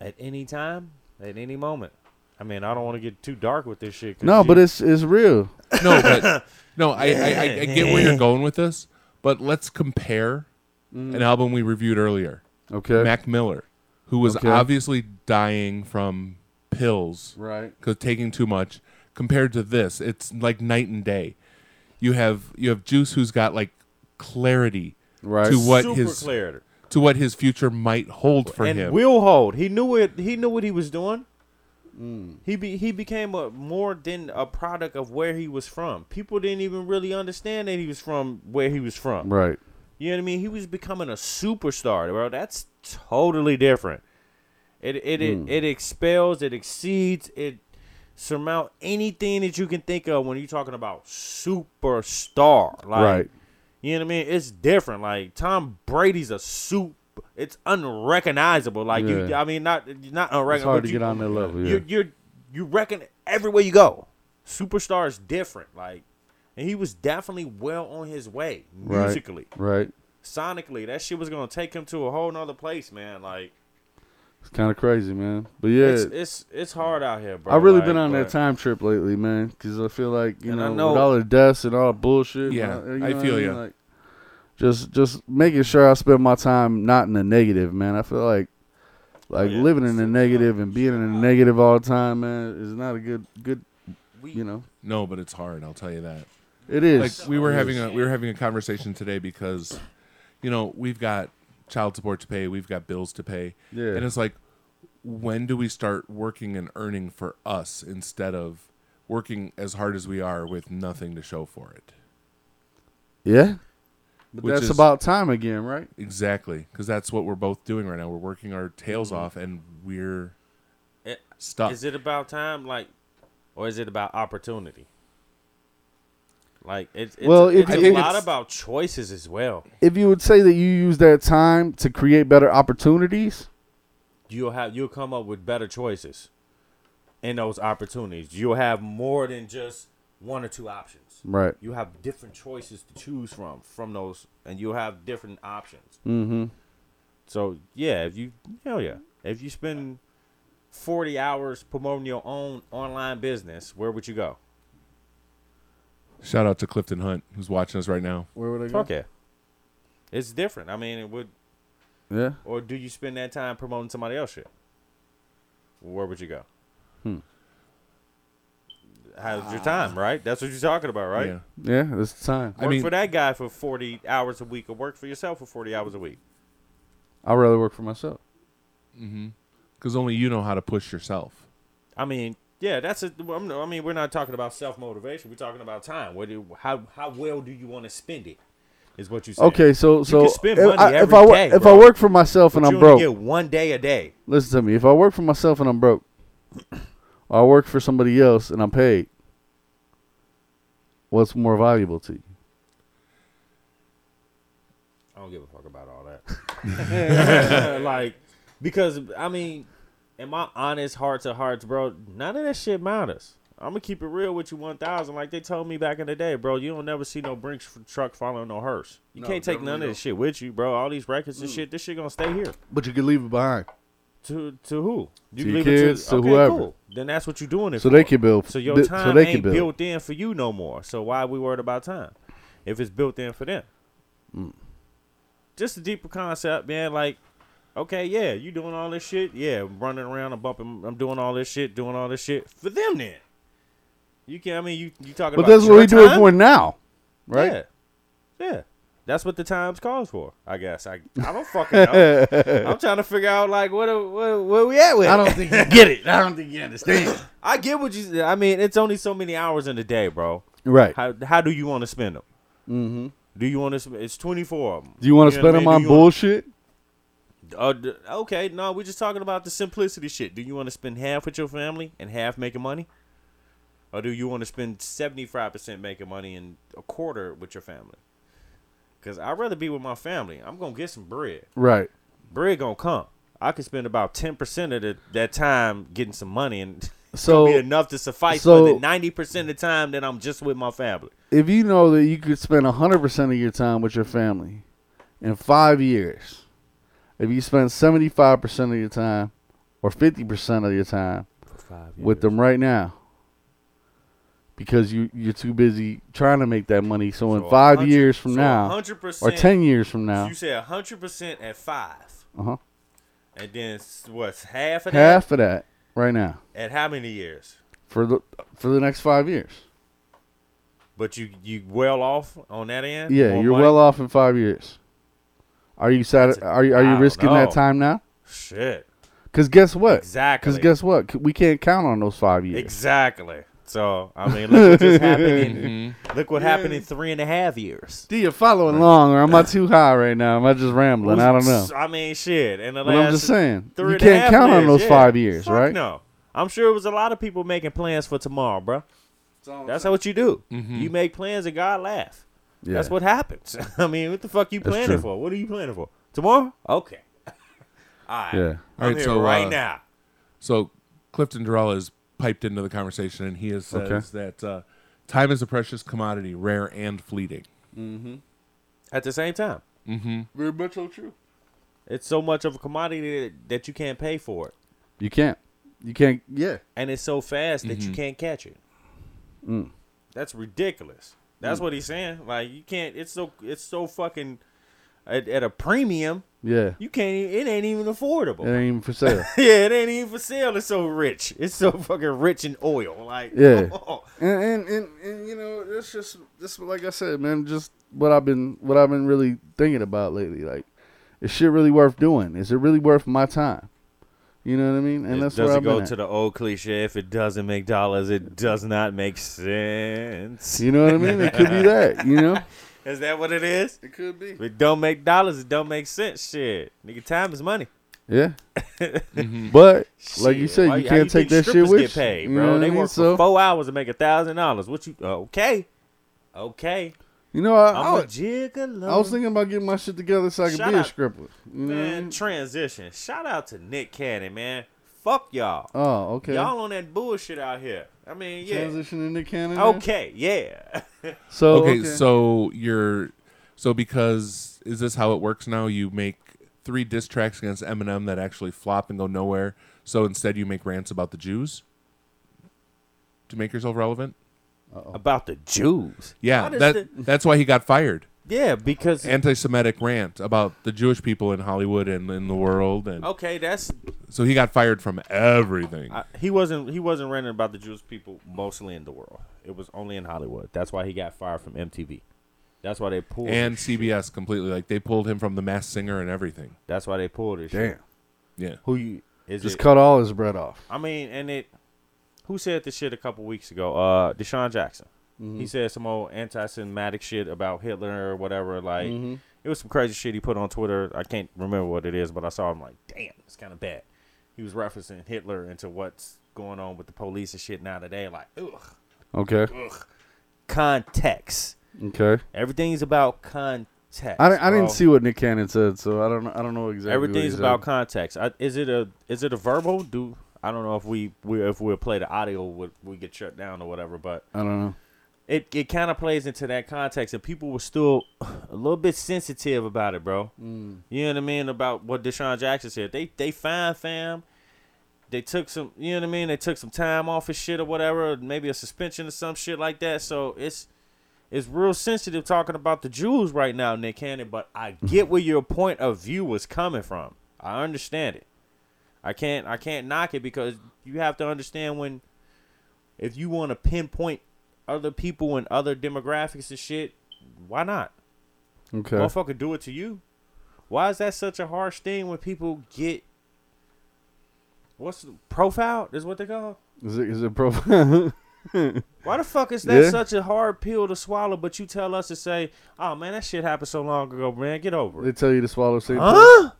S5: at any time, at any moment. I mean, I don't want to get too dark with this shit. 'cause
S3: No,
S5: you-
S3: but it's it's real.
S6: No, but no, I, I, I, I get where you're going with this, but let's compare an album we reviewed earlier,
S3: Mm. Okay.
S6: Mac Miller, who was
S3: Okay.
S6: obviously dying from pills,
S3: Right.
S6: Because taking too much. Compared to this, it's like night and day. You have you have Juice, who's got like clarity
S3: Right.
S6: to what
S5: super
S6: his
S5: clear
S6: to what his future might hold for
S5: and
S6: him.
S5: will hold. He knew it. He knew what he was doing.
S3: Mm.
S5: He be, he became a more than a product of where he was from. People didn't even really understand that he was from where he was from.
S3: Right.
S5: You know what I mean? He was becoming a superstar, bro. That's totally different. It it
S3: Hmm.
S5: it, it expels, it exceeds, it surmount anything that you can think of when you're talking about superstar. Like,
S3: Right.
S5: You know what I mean? It's different. Like Tom Brady's a soup. It's unrecognizable. Like you,
S3: Yeah.
S5: I mean, not not unrecognizable.
S3: It's hard
S5: but
S3: to
S5: you-
S3: get on that level. Yeah.
S5: you're, you're you reckon everywhere you go. Superstar is different. Like, and he was definitely well on his way
S3: Right.
S5: musically
S3: Right.
S5: sonically, that shit was gonna take him to a whole nother place, man. Like
S3: It's kind of crazy, man. But yeah,
S5: it's it's it's hard out here, bro.
S3: I've really
S5: Like,
S3: been on that
S5: but-
S3: time trip lately, man, because I feel like you
S5: And I
S3: know,
S5: know-
S3: with all the deaths and all the bullshit.
S6: Yeah,
S3: uh, you
S6: I
S3: know what
S6: feel
S3: mean?
S6: ya.
S3: Like, just just making sure I spend my time not in the negative, man. I feel like
S6: Oh,
S3: like
S5: yeah.
S3: living in the negative and being in the negative all the time, man, is not a good good.
S5: We-
S3: You know,
S6: no, but it's hard. I'll tell you that.
S3: it is.
S6: like we were
S3: It
S6: having
S3: is.
S6: a we were having a conversation today because you know we've got child support to pay we've got bills to pay
S3: Yeah.
S6: and it's like when do we start working and earning for us instead of working as hard as we are with nothing to show for it
S3: yeah. But
S6: Which
S3: that's
S6: is-
S3: about time again, right?
S6: exactly because that's what we're both doing right now we're working our tails off and we're
S5: Eh,
S6: stuck
S5: Mm-hmm. Is it about time, like, or is it about opportunity? Like it's, it's
S3: Well,
S5: well,
S3: if-
S5: it's, a
S3: if-
S5: lot
S6: it's-
S5: about choices as well.
S3: If you would say that you use that time to create better opportunities,
S5: You'll have you'll come up with better choices in those opportunities. You'll have more than just one or two options.
S3: right?
S5: you have different choices to choose from from those and you have different options
S3: Mm-hmm.
S5: so yeah if you hell yeah if you spend 40 hours promoting your own online business where would you go
S6: shout out to clifton hunt who's watching us right now
S3: Where would I go?
S5: fuck yeah it's different i mean it would
S3: Yeah.
S5: or do you spend that time promoting
S6: Hmm.
S5: somebody else shit where would you go How's your time, right? That's what you're talking about, right?
S6: Ah. Yeah.
S3: Yeah, this is time.
S5: Work
S6: I mean,
S5: for that guy for 40 hours a week or work for yourself for 40 hours a week.
S3: I'd rather work for myself.
S6: because only you know how to push yourself.
S5: I mean, yeah, that's a, I'm- I mean, we're not talking about self motivation. We're talking about time. What do, how how well do you want to spend it? Is what you said.
S3: Okay, so so
S5: can spend
S3: if,
S5: money
S3: I, if
S5: every
S3: I wo-
S5: day,
S3: if
S5: bro.
S3: I work for myself and
S5: But
S3: I'm
S5: you only
S3: broke,
S5: Get one day a day.
S3: listen to me. If I work for myself and I'm broke, or I work for somebody else and I'm paid, what's more valuable to you?
S5: I don't give a fuck about all that. like, because I mean, in my honest heart to hearts, bro, none of that shit matters. I'm gonna keep it real with you, one thousand. Like they told me back in the day, bro, you don't never see no Brinks f- truck following no hearse. You can't take none of this shit with you, bro. All these records and shit, this shit gonna stay here.
S3: But you can leave it behind,
S5: To to who? You
S3: To your
S5: leave
S3: kids, to whoever.
S5: Then that's what you're doing it
S3: so
S5: for.
S3: they can build.
S5: So your
S3: th-
S5: time
S3: so they can
S5: ain't
S3: build.
S5: built in for you no more. So why we worried about time? If it's built in for them.
S3: Mm.
S5: Just a deeper concept, man. Like, okay, yeah, you doing all this shit. Yeah, I'm running around, I'm bumping, I'm doing all this shit, doing all this shit for them then. You can I mean you you talking
S3: But
S5: about
S3: that's what
S5: your
S3: we do it
S5: time?
S3: for now, right?
S5: Yeah. Yeah. That's what the times calls for, I guess. I I don't fucking know. I'm trying to figure out like what what where we at with. it.
S3: think you get it. I don't think you understand.
S5: I get what you. I mean, it's only so many hours in a day, bro.
S3: Right.
S5: How how do you want to spend them? Mm-hmm. Do you want to? Sp- it's twenty four of them.
S3: Do you want to spend them on bullshit?
S5: uh, okay, no, we're just talking about the simplicity shit. Do you want to spend half with your family and half making money, or do you want to spend seventy five percent making money and a quarter with your family? Because I'd rather be with my family. I'm gonna get some bread.
S3: Right.
S5: Bread gonna come. I could spend about ten percent of the, that time getting some money and.
S3: So
S5: be enough to suffice for
S3: so-
S5: the ninety percent of the time that I'm just with my family.
S3: if you know that you could spend 100% of your time with your family in five years, if you spend 75% of your time or 50% of your time with them right now, because you, you're too busy trying to make that money. So, in five years from now,
S5: hundred
S3: or
S5: percent,
S3: 10 years from now,
S5: You said hundred percent at five,
S3: uh-huh,
S5: and then s- what's half of that
S3: half of that right now
S5: at how many years?
S3: for the, for the next five years.
S5: But you you well off on that end.
S3: Yeah,
S5: on
S3: you're
S5: money?
S3: well off in five years. Are you sat, are you, are
S5: I
S3: you
S5: don't
S3: risking
S5: know.
S3: that time now?
S5: Shit,
S3: Because guess what?
S5: exactly.
S3: Because guess what? C- We can't count on those five years.
S5: exactly. So I mean, look what just happened. In,
S3: Mm-hmm.
S5: look what happened in three and a half years.
S3: Do you follow along, or am I too high right now? Am I just rambling? I don't know.
S5: I mean, shit. And the
S3: But
S5: last
S3: I'm just saying,
S5: three
S3: you
S5: and a
S3: can't
S5: half
S3: count on
S5: years,
S3: those
S5: yeah.
S3: five years,
S5: Fuck
S3: right?
S5: No, I'm sure it was a lot of people making plans for tomorrow, bro. That's how what you do. You make plans and God laugh.
S3: Mm-hmm. Yeah.
S5: That's what happens. I mean, what the fuck you
S3: That's
S5: planning
S3: true.
S5: for? What are you planning for tomorrow? Okay, all right.
S3: Yeah.
S5: I'm
S6: All right,
S5: here
S6: so,
S5: right
S6: uh,
S5: now.
S6: So Clifton Durrell is piped into the conversation, and he has says
S3: Okay.
S6: that uh, time is a precious commodity, rare and fleeting.
S5: At the same time,
S3: Very much so true.
S5: it's so much of a commodity that, that you can't pay for it,
S3: You can't. You can't. Yeah.
S5: and it's so fast that
S3: Mm-hmm.
S5: you can't catch it.
S3: Mm.
S5: That's ridiculous. That's what he's saying. Like you can't. It's so. It's so fucking at, at a premium.
S3: Yeah.
S5: You can't. e- It ain't even affordable.
S3: It ain't even for sale.
S5: Yeah, it ain't even for sale. It's so rich. It's so fucking rich in oil. Like,
S3: Yeah.
S5: come on.
S3: and, and and and you know, that's just that's what- like I said, man. Just what I've been what I've been really thinking about lately. Like, is shit really worth doing? Is it really worth my time? You know what I mean? And
S5: It
S3: that's where
S5: doesn't
S3: I've been
S5: go
S3: at.
S5: to the old cliche. If it doesn't make dollars, it does not make sense.
S3: You know what I mean? It could be that. You know.
S5: Is that what it is?
S3: It could be.
S5: If it don't make dollars, it don't make sense. Shit, nigga, time is money.
S3: Yeah. But like you
S5: Mm-hmm. Shit,
S3: said,
S5: why-
S3: you
S5: how
S3: can't take that shit
S5: think strippers
S3: with
S5: get
S3: you.
S5: paid,
S3: You
S5: bro.
S3: know what I
S5: they
S3: mean?
S5: work
S3: so,
S5: for four hours and make a thousand dollars. What you? Okay, okay.
S3: You know, I,
S5: I'm
S3: I,
S5: a
S3: was,
S5: gigolo.
S3: I was thinking about getting my shit together so I could
S5: Shout
S3: be a
S5: out.
S3: stripper. You know what I
S5: man.
S3: mean?
S5: Transition. Shout out to Nick Cannon, man. Fuck y'all.
S3: Oh, okay.
S5: Y'all on that bullshit out here. I mean, yeah.
S3: Transition into Canada.
S5: Okay, yeah.
S3: So
S5: Oh,
S6: Okay, so you're so because is this how it works now? You make three diss tracks against Eminem that actually flop and go nowhere. So instead, you make rants about the Jews to make yourself relevant.
S5: About the Jews.
S6: Yeah,
S5: How does
S6: that
S5: the-
S6: that's why he got fired.
S5: Yeah, because
S6: anti-Semitic rant about the Jewish people in Hollywood and in the world, and
S5: okay, that's
S6: so he got fired from everything.
S5: Oh. I, he wasn't he wasn't ranting about the Jewish people mostly in the world. It was only in Hollywood. That's why he got fired from MTV. That's why they pulled.
S6: and
S5: his-
S6: CBS completely like they pulled him from the Mass Singer and everything.
S5: that's why they pulled his. shit.
S3: Damn.
S6: Yeah,
S5: Who you is
S3: Just
S5: it?
S3: cut all his bread off.
S5: I mean, and it. Who said this shit a couple weeks ago? Uh, Deshaun Jackson. He said some old anti-Semitic shit about Hitler or whatever. Like it was some crazy shit he put on Twitter. I can't remember what it is, but I saw him like, damn, it's kind of bad. He was referencing Hitler into what's going on with the police and shit now today. Like, ugh,
S3: Okay.
S5: context.
S3: Okay.
S5: Everything's about context.
S3: I, di- I didn't
S5: bro.
S3: see what Nick Cannon said, so I don't know- I don't know exactly. what he
S5: Everything's
S3: said.
S5: about context. I, is it a is it a verbal? Do I don't know if we, we if we play the audio would we get shut down or whatever, but
S3: I don't know.
S5: it, it kind of plays into that context, and people were still a little bit sensitive about it, bro. You know what I mean about what Deshaun Jackson said. They they fine, fam. They took some, you know what I mean. They took some time off his shit or whatever, maybe a suspension or some shit like that. So it's it's real sensitive talking about the Jews right now, Nick Cannon. But I get where your point of view was coming from. I understand it. I can't I can't knock it because you have to understand when if you want to pinpoint other people and other demographics and shit, why not?
S3: Okay.
S5: Motherfucker, do it to you. Why is that such a harsh thing when people get what's the, profiled? Is what they call?
S3: Is it is it profile?
S5: Why the fuck is that
S3: Yeah.
S5: such a hard pill to swallow? But you tell us to say, "Oh man, that shit happened so long ago, man. Get over
S3: they
S5: it."
S3: tell you to swallow same pill?
S5: Huh?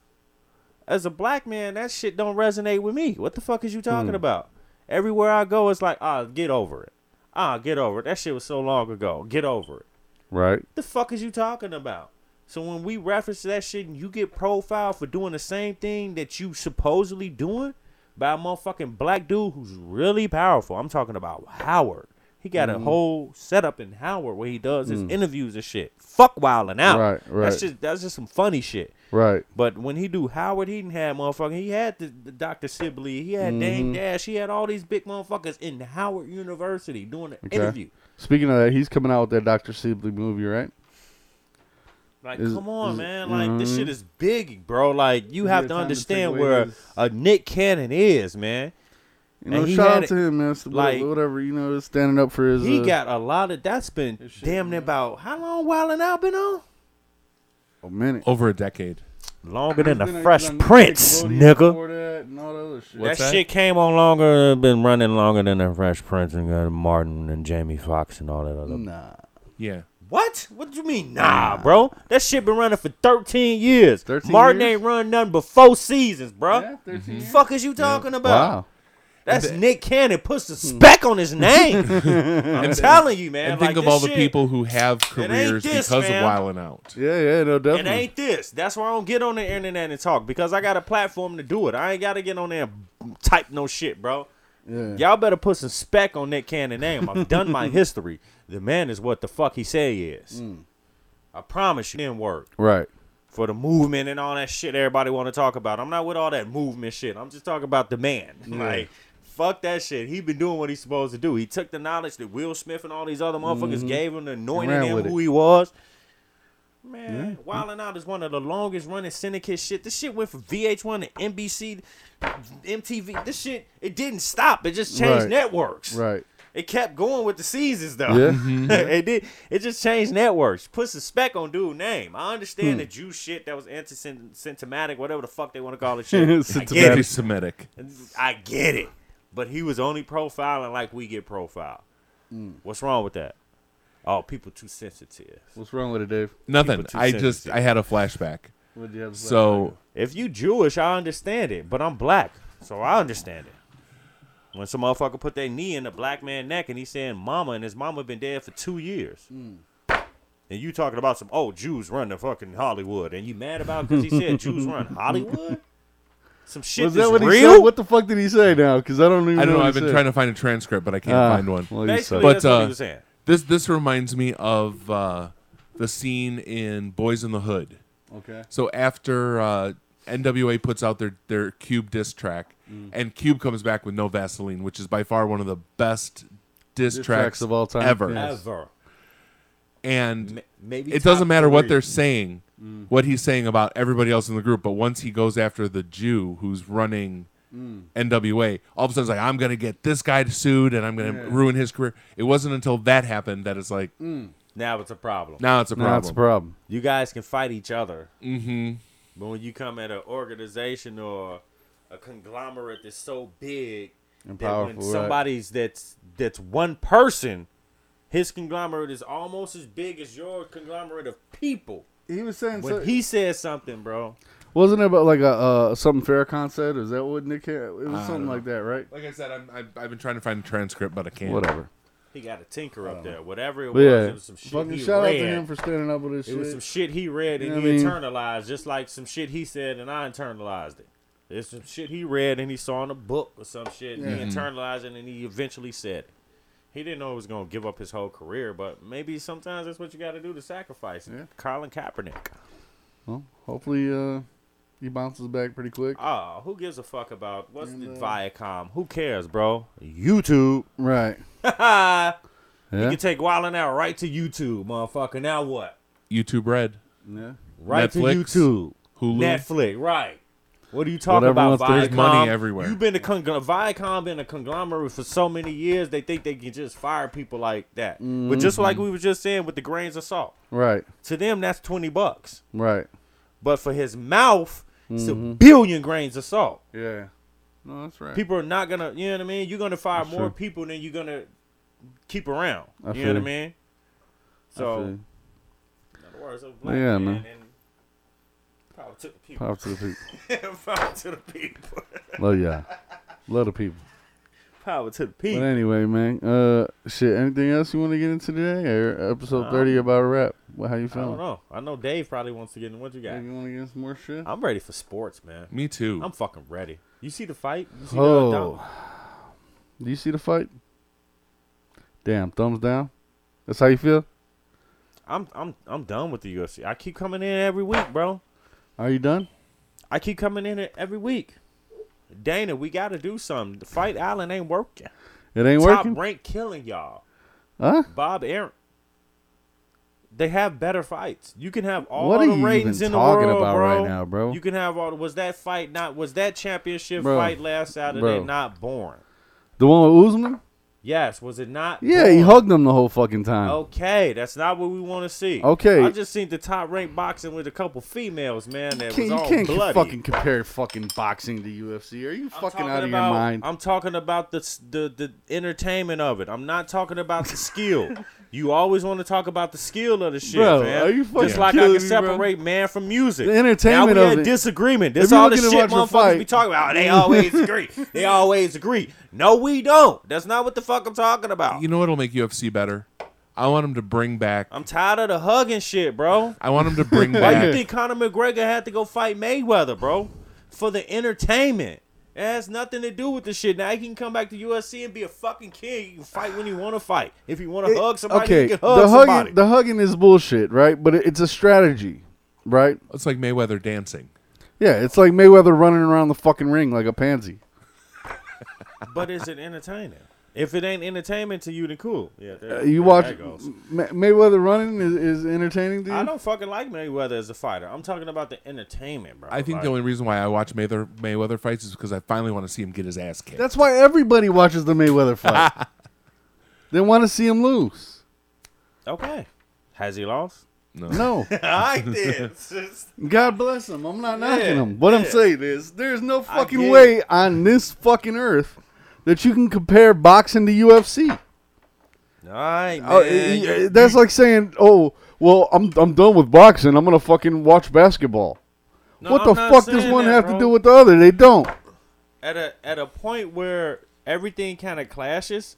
S5: As a black man, that shit don't resonate with me. What the fuck is you talking about? Everywhere I go, it's like, "Ah, get over it. Ah, get over it. That shit was so long ago. Get over it."
S3: Right.
S5: the fuck is you talking about? So when we reference that shit and you get profiled for doing the same thing that you supposedly doing by a motherfucking black dude who's really powerful. I'm talking about Howard. He got
S3: Mm-hmm.
S5: a whole setup in Howard where he does his interviews and shit. Fuck wilding
S3: Mm.
S5: out.
S3: Right, right.
S5: That's just that's just some funny shit.
S3: Right.
S5: But when he do Howard, he didn't have motherfucker. He had the, the Dr. Sibley. He had
S3: Mm-hmm.
S5: Dame Dash. He had all these big motherfuckers in Howard University doing an
S3: Okay.
S5: interview.
S3: Speaking of that, he's coming out with that Dr. Sibley movie, right?
S5: Like,
S3: Is-
S5: come on,
S3: is-
S5: man. Like,
S3: mhm.
S5: this shit is big, bro. Like, you have
S3: Yeah, time
S5: to
S3: to
S5: understand
S3: take away
S5: where
S3: his-
S5: a Nick Cannon is, man.
S3: You
S5: And
S3: know,
S5: he
S3: shout
S5: had
S3: out
S5: it-
S3: to him, man. It's the-
S5: like-
S3: whatever, you know, standing up for his.
S5: He
S3: uh,
S5: got a lot of that's been damn near about how long Wildin' Out been on?
S3: a minute.
S6: over a decade.
S5: Longer than the Fresh Prince, nigga. That,
S6: What's that?
S5: shit came on longer, been running longer than the Fresh Prince and uh, Martin and Jamie Foxx and all that other.
S3: Nah.
S6: Yeah,
S5: What? What do you mean? Nah, bro. That shit been running for 13 years.
S3: 13
S5: Martin
S3: years?
S5: ain't run nothing but four seasons, bro.
S3: Yeah, 13 years.
S5: fuck is you talking about?
S3: Wow.
S5: That's Nick Cannon puts the speck on his name. I'm telling you, man.
S6: Hmm. and
S5: like,
S6: think of
S5: this
S6: all the
S5: shit,
S6: people who have careers
S5: this,
S6: because
S5: fam.
S6: of Wildin' Out.
S3: Yeah, yeah, no,
S5: It
S3: definitely.
S5: ain't this. That's why I don't get on the internet and talk because I got a platform to do it. I ain't got to get on there and type no shit, bro.
S3: Yeah.
S5: Y'all better put some speck on Nick Cannon name. I've done my history. The man is what the fuck he say he is.
S6: Hmm.
S5: I promise you, it didn't work
S3: Right.
S5: for the movement and all that shit everybody want to talk about. I'm not with all that movement shit. I'm just talking about the man. Like fuck that shit. He been doing what he's supposed to do. He took the knowledge that Will Smith and all these other motherfuckers gave him, anointed
S3: Mm-hmm. Ran
S5: him
S3: with
S5: who he was. Man, Wildin' Out is one of the longest running syndicate shit. This shit went from VH1 to NBC, MTV. This shit, it didn't stop. It just changed
S3: Right.
S5: networks.
S3: Right.
S5: It kept going with the seasons though.
S3: Yeah.
S5: it did. It just changed networks. Put some spec on dude name. I understand the Jew shit that was anti-Semitic, whatever the fuck they want to call it. Shit. I get it.
S6: Anti-Semitic.
S5: I get it. But he was only profiling like we get profiled. What's wrong with that? Oh, people too sensitive.
S3: What's wrong with it, Dave?
S6: Nothing.
S5: People too
S6: I just
S5: sensitive.
S6: I had a flashback.
S3: What do you have to say?
S6: So
S5: If you Jewish, I understand it, but I'm black, so I understand it. When some motherfucker put their knee in a black man neck and he's saying mama and his mama been dead for two years. And you talking about some oh Jews run the fucking Hollywood and you mad about because he said Jews run Hollywood? Some shit
S3: was
S5: that's
S3: that what he
S5: real?
S3: said? What the fuck did he say now? Because I don't even.
S6: I don't know.
S3: what
S6: I've
S3: he
S6: been
S3: said.
S6: trying to find a transcript, but I can't
S3: Ah,
S6: find one.
S3: well, you
S5: Basically
S3: suck.
S5: that's
S6: But,
S5: what
S6: uh,
S5: he was saying.
S6: This this reminds me of uh, the scene in Boys in the Hood.
S3: okay.
S6: So after uh, NWA puts out their their Cube diss track,
S3: Mm.
S6: and Cube comes back with No Vaseline, which is by far one of the best diss,
S3: Diss
S6: tracks
S3: tracks of all time,
S6: ever.
S3: yes.
S5: Ever.
S6: and
S5: Ma- maybe
S6: it
S5: top
S6: doesn't matter what
S5: three. Mm.
S6: they're saying, what he's saying about everybody else in the group. But once he goes after the Jew who's running
S5: Mm.
S6: NWA, all of a sudden it's like I'm gonna get this guy sued and I'm gonna ruin his career. It wasn't until that happened that it's like
S5: Mm. Now it's a problem.
S6: now it's a problem.
S3: That's a problem.
S5: you guys can fight each other. Mm-hmm. But when you come at an organization or a conglomerate that's so big
S3: And
S5: that
S3: powerful,
S5: when
S3: right.
S5: somebody's that's that's one person, his conglomerate is almost as big as your conglomerate of people.
S3: He was saying
S5: When he says something, bro,
S3: wasn't it about like a uh, something Farrakhan said? Is that what Nick? Had? It was something like that, right?
S6: Like I said, I'm, I've, I've been trying to find a transcript, but I can't.
S3: Whatever.
S5: he got a tinker up there. Whatever it
S3: Oh. But
S5: was,
S3: yeah,
S5: it was some shit
S3: fucking
S5: he
S3: shout out
S5: read.
S3: to him for standing up with his
S5: it was some
S3: shit.
S5: shit he read and
S3: You know
S5: he
S3: what I
S5: internalized, just like some shit he said and I internalized it. It's some shit he read and he saw in a book or some shit. And he internalized it and he eventually said it. He didn't know it was going to give up his whole career, but maybe sometimes that's what you got to do to sacrifice.
S3: Yeah.
S5: Colin Kaepernick.
S3: Well, hopefully, uh, he bounces back pretty quick.
S5: Oh, who gives a fuck about what's
S3: uh,
S5: the Viacom? Who cares, bro? YouTube.
S3: Right.
S5: you
S3: Yeah.
S5: can take Wildin' out right to YouTube, motherfucker. Now what?
S6: YouTube Red,
S3: yeah.
S5: Right
S6: Netflix,
S5: to YouTube.
S6: Hulu.
S5: Netflix, right. What are you talking
S3: Whatever
S5: about?
S3: wants- there's
S5: Viacom?
S6: money everywhere.
S5: You've been a con- Viacom been a conglomerate for so many years. They think they can just fire people like that. But just like
S3: Mm-hmm.
S5: we were just saying with the grains of salt,
S3: Right.
S5: to them that's twenty bucks.
S3: Right.
S5: But for his mouth, it's a billion grains of salt.
S3: Yeah. No, that's Mm-hmm. right.
S5: People are not gonna, you know what I mean. You're gonna fire more
S3: true.
S5: people than you're gonna keep around.
S3: I
S5: you
S3: feel
S5: know what I
S3: you.
S5: mean?
S3: I feel
S5: So,
S3: you.
S5: in other words, a black
S3: Yeah,
S5: man,
S3: man.
S5: and power to the people.
S3: Power to the people.
S5: power to the people.
S3: Love y'all. Love the people.
S5: Power to the
S3: But
S5: people.
S3: anyway, man, uh, shit. Anything else you want to get into today? Or episode thirty about a wrap? Well, how you
S5: Um, I don't
S3: feeling?
S5: know. I know Dave probably wants to get in. What you got?
S3: You want to get some more shit?
S5: I'm ready for sports, man.
S6: Me too.
S5: I'm fucking ready. You see the fight? You see
S3: Oh.
S5: the dom-
S3: Do you see the fight? Damn, thumbs down. That's how you feel?
S5: I'm I'm I'm done with the UFC. I keep coming in every week, bro.
S3: Are you done?
S5: I keep coming in every week. Dana, we got to do something. The fight island ain't working.
S3: It ain't
S5: Top
S3: working.
S5: rank killing y'all.
S3: Huh?
S5: Bob Aaron. They have better fights. You can have all
S3: What are
S5: the
S3: you
S5: ratings
S3: even
S5: in the
S3: talking
S5: world,
S3: about
S5: bro.
S3: right now, bro?
S5: You can have all. Was that fight not? Was that championship
S3: Bro.
S5: fight last Saturday
S3: Bro.
S5: not boring?
S3: The one with Usman?
S5: Yes, was it not?
S3: Yeah, he
S5: boring?
S3: hugged him the whole fucking time.
S5: Oh, Okay, that's not what we want to see.
S3: Okay.
S5: I just seen the top ranked boxing with a couple females, man. That
S3: Can't-
S5: was
S3: you
S5: all
S3: can't
S5: bloody.
S3: fucking compare fucking boxing to UFC. Are you
S5: I'm
S3: fucking
S5: talking
S3: out of
S5: about,
S3: your mind?
S5: I'm talking about the, s- the the entertainment of it. I'm not talking about the skill. You always want to talk about the skill of the shit,
S3: Bro,
S5: man.
S3: are you fucking
S5: Just like I
S3: kidding
S5: can
S3: me, bro?
S5: separate man from music.
S3: The entertainment
S5: now we
S3: of
S5: had
S3: it.
S5: disagreement.
S3: If
S5: That's
S3: you're
S5: all the
S3: looking to
S5: shit
S3: watch a
S5: motherfuckers be
S3: fight-
S5: talking about. They always agree. They always agree. No, we don't. That's not what the fuck I'm talking about.
S6: you know what'll make UFC better? I want him to bring back.
S5: I'm tired of the hugging shit, bro.
S6: I want him to bring
S5: Why you
S6: back.
S5: think Conor McGregor had to go fight Mayweather, bro? For the entertainment. It has nothing to do with the shit. Now he can come back to USC and be a fucking king. You can fight when you want to fight. If you want to hug somebody,
S3: okay,
S5: you can hug
S3: the
S5: somebody.
S3: hugging, the hugging is bullshit, right? But it, it's a strategy, right?
S6: It's like Mayweather dancing.
S3: Yeah, it's like Mayweather running around the fucking ring like a pansy.
S5: but is it entertaining? If it ain't entertainment to you, then cool. Yeah, there,
S3: Uh, You
S5: there
S3: watch
S5: that goes.
S3: Ma- Mayweather running is, is entertaining to you.
S5: I don't fucking like Mayweather as a fighter. I'm talking about the entertainment, bro.
S6: I think
S5: Like,
S6: the only reason why I watch Mayther, Mayweather fights is because I finally want to see him get his ass kicked.
S3: That's why everybody watches the Mayweather fight. they want to see him lose.
S5: okay. Has he lost?
S3: No,
S5: I did.
S3: God bless him. I'm not knocking
S5: Yeah,
S3: him. What I'm
S5: yeah.
S3: saying is, there's no fucking
S5: get
S3: way on this fucking earth that you can compare boxing to UFC.
S5: All right, man.
S3: Oh,
S5: You-
S3: Uh, y- y- that's like saying, "Oh, well, I'm I'm done with boxing. I'm gonna fucking watch basketball."
S5: No,
S3: what
S5: I'm
S3: the
S5: not
S3: fuck does
S5: saying
S3: one
S5: that,
S3: have
S5: bro.
S3: to do with the other? They don't.
S5: at a at a point where everything kind of clashes.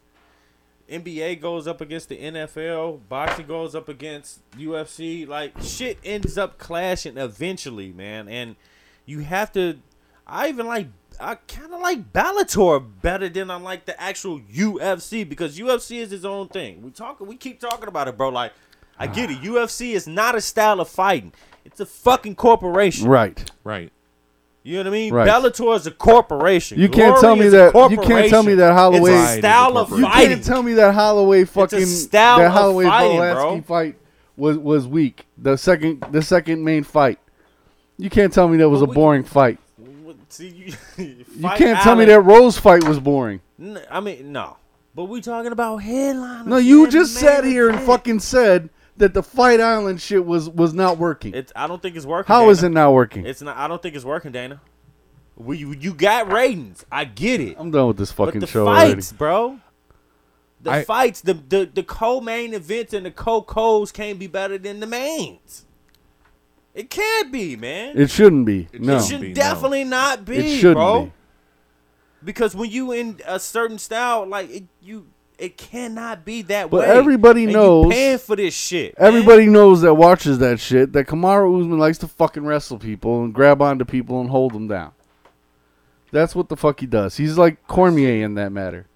S5: NBA goes up against the NFL, boxing goes up against UFC. Like shit ends up clashing eventually, man. And you have to. I even like. I kind of like Bellator better than I like the actual UFC because UFC is its own thing. We talk. We keep talking about it, bro. Like I get it. UFC is not a style of fighting. It's a fucking corporation.
S3: Right.
S6: right.
S5: You know what I mean?
S3: Right.
S5: Bellator is a corporation.
S3: You can't
S5: Glory
S3: tell me
S5: is a
S3: that- you
S5: corporation.
S3: can't tell me that Holloway-
S5: It's a style of
S6: Pride is a
S3: You
S5: fighting.
S3: can't tell me that Holloway fucking
S5: style
S3: that
S5: of
S3: Holloway
S5: fighting,
S3: Pulaski
S5: bro.
S3: fight was was weak. The second the second main fight. You can't tell me that was a
S5: we-
S3: boring fight.
S5: See, you,
S3: You can't tell me that Rose fight was boring.
S5: that. I mean, no. But we talking about headliners.
S3: No, you
S5: man,
S3: just
S5: main
S3: sat here and
S5: event.
S3: fucking said that the Fight Island shit was was not working.
S5: It's. I don't think it's working.
S3: How
S5: Dana.
S3: is it not working?
S5: It's not. I don't think it's working, Dana. We you, you got ratings. I get it.
S3: I'm done with this
S5: But
S3: fucking
S5: the
S3: show already.
S5: fights, bro. The
S6: I-
S5: fights, the the the co-main events and the co-co's can't be better than the mains. It can't be, man. It,
S3: It shouldn't be. No,
S6: shouldn't
S5: should
S6: be, no.
S5: definitely not be,
S3: it shouldn't
S5: bro.
S3: be.
S5: Because when you in a certain style, like it, you, it cannot be that
S3: But
S5: way.
S3: everybody
S5: And you
S3: knows-
S5: paying for this shit. man.
S3: Everybody knows that watches that shit that Kamara Usman likes to fucking wrestle people and grab onto people and hold them down. That's what the fuck he does. He's like Cormier in that matter.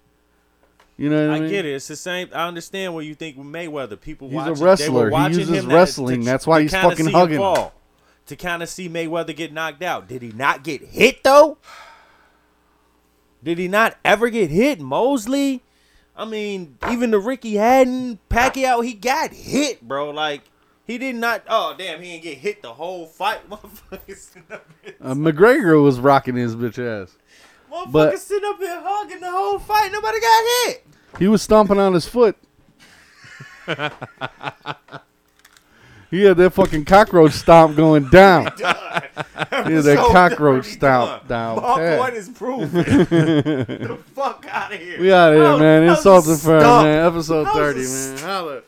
S3: You know what I,
S5: I
S3: mean?
S5: get it. It's the same. I understand what you think with Mayweather. People
S3: He's a
S5: watching. they were
S3: wrestler. He
S5: watching
S3: uses
S5: him that-
S3: wrestling.
S5: to-
S3: That's why
S5: to
S3: he's
S5: kinda
S3: fucking
S5: see him
S3: hugging him.
S5: fall, To kind of see Mayweather get knocked out. Did he not get hit though? Did he not ever get hit? Mosley. I mean, even the Ricky Hadden, Pacquiao, he got hit, bro. Like he did not. Oh damn, he didn't get hit the whole fight. Motherfuckers sitting up here,
S3: Uh, McGregor was rocking his bitch ass.
S5: motherfuckers
S3: but-
S5: sitting up here hugging the whole fight. Nobody got hit.
S3: He was stomping on his foot. he had that fucking cockroach stomp going down. He had that
S5: So
S3: cockroach
S5: dirty
S3: stomp down.
S5: done. My
S3: pat.
S5: point is proven. the fuck out of here.
S3: We out of here,
S5: How-
S3: man.
S5: how
S3: Insulting
S5: you
S3: firm,
S5: Oh, stomp?
S3: man. Episode
S5: How is
S3: thirty,
S5: it
S3: man. Holla.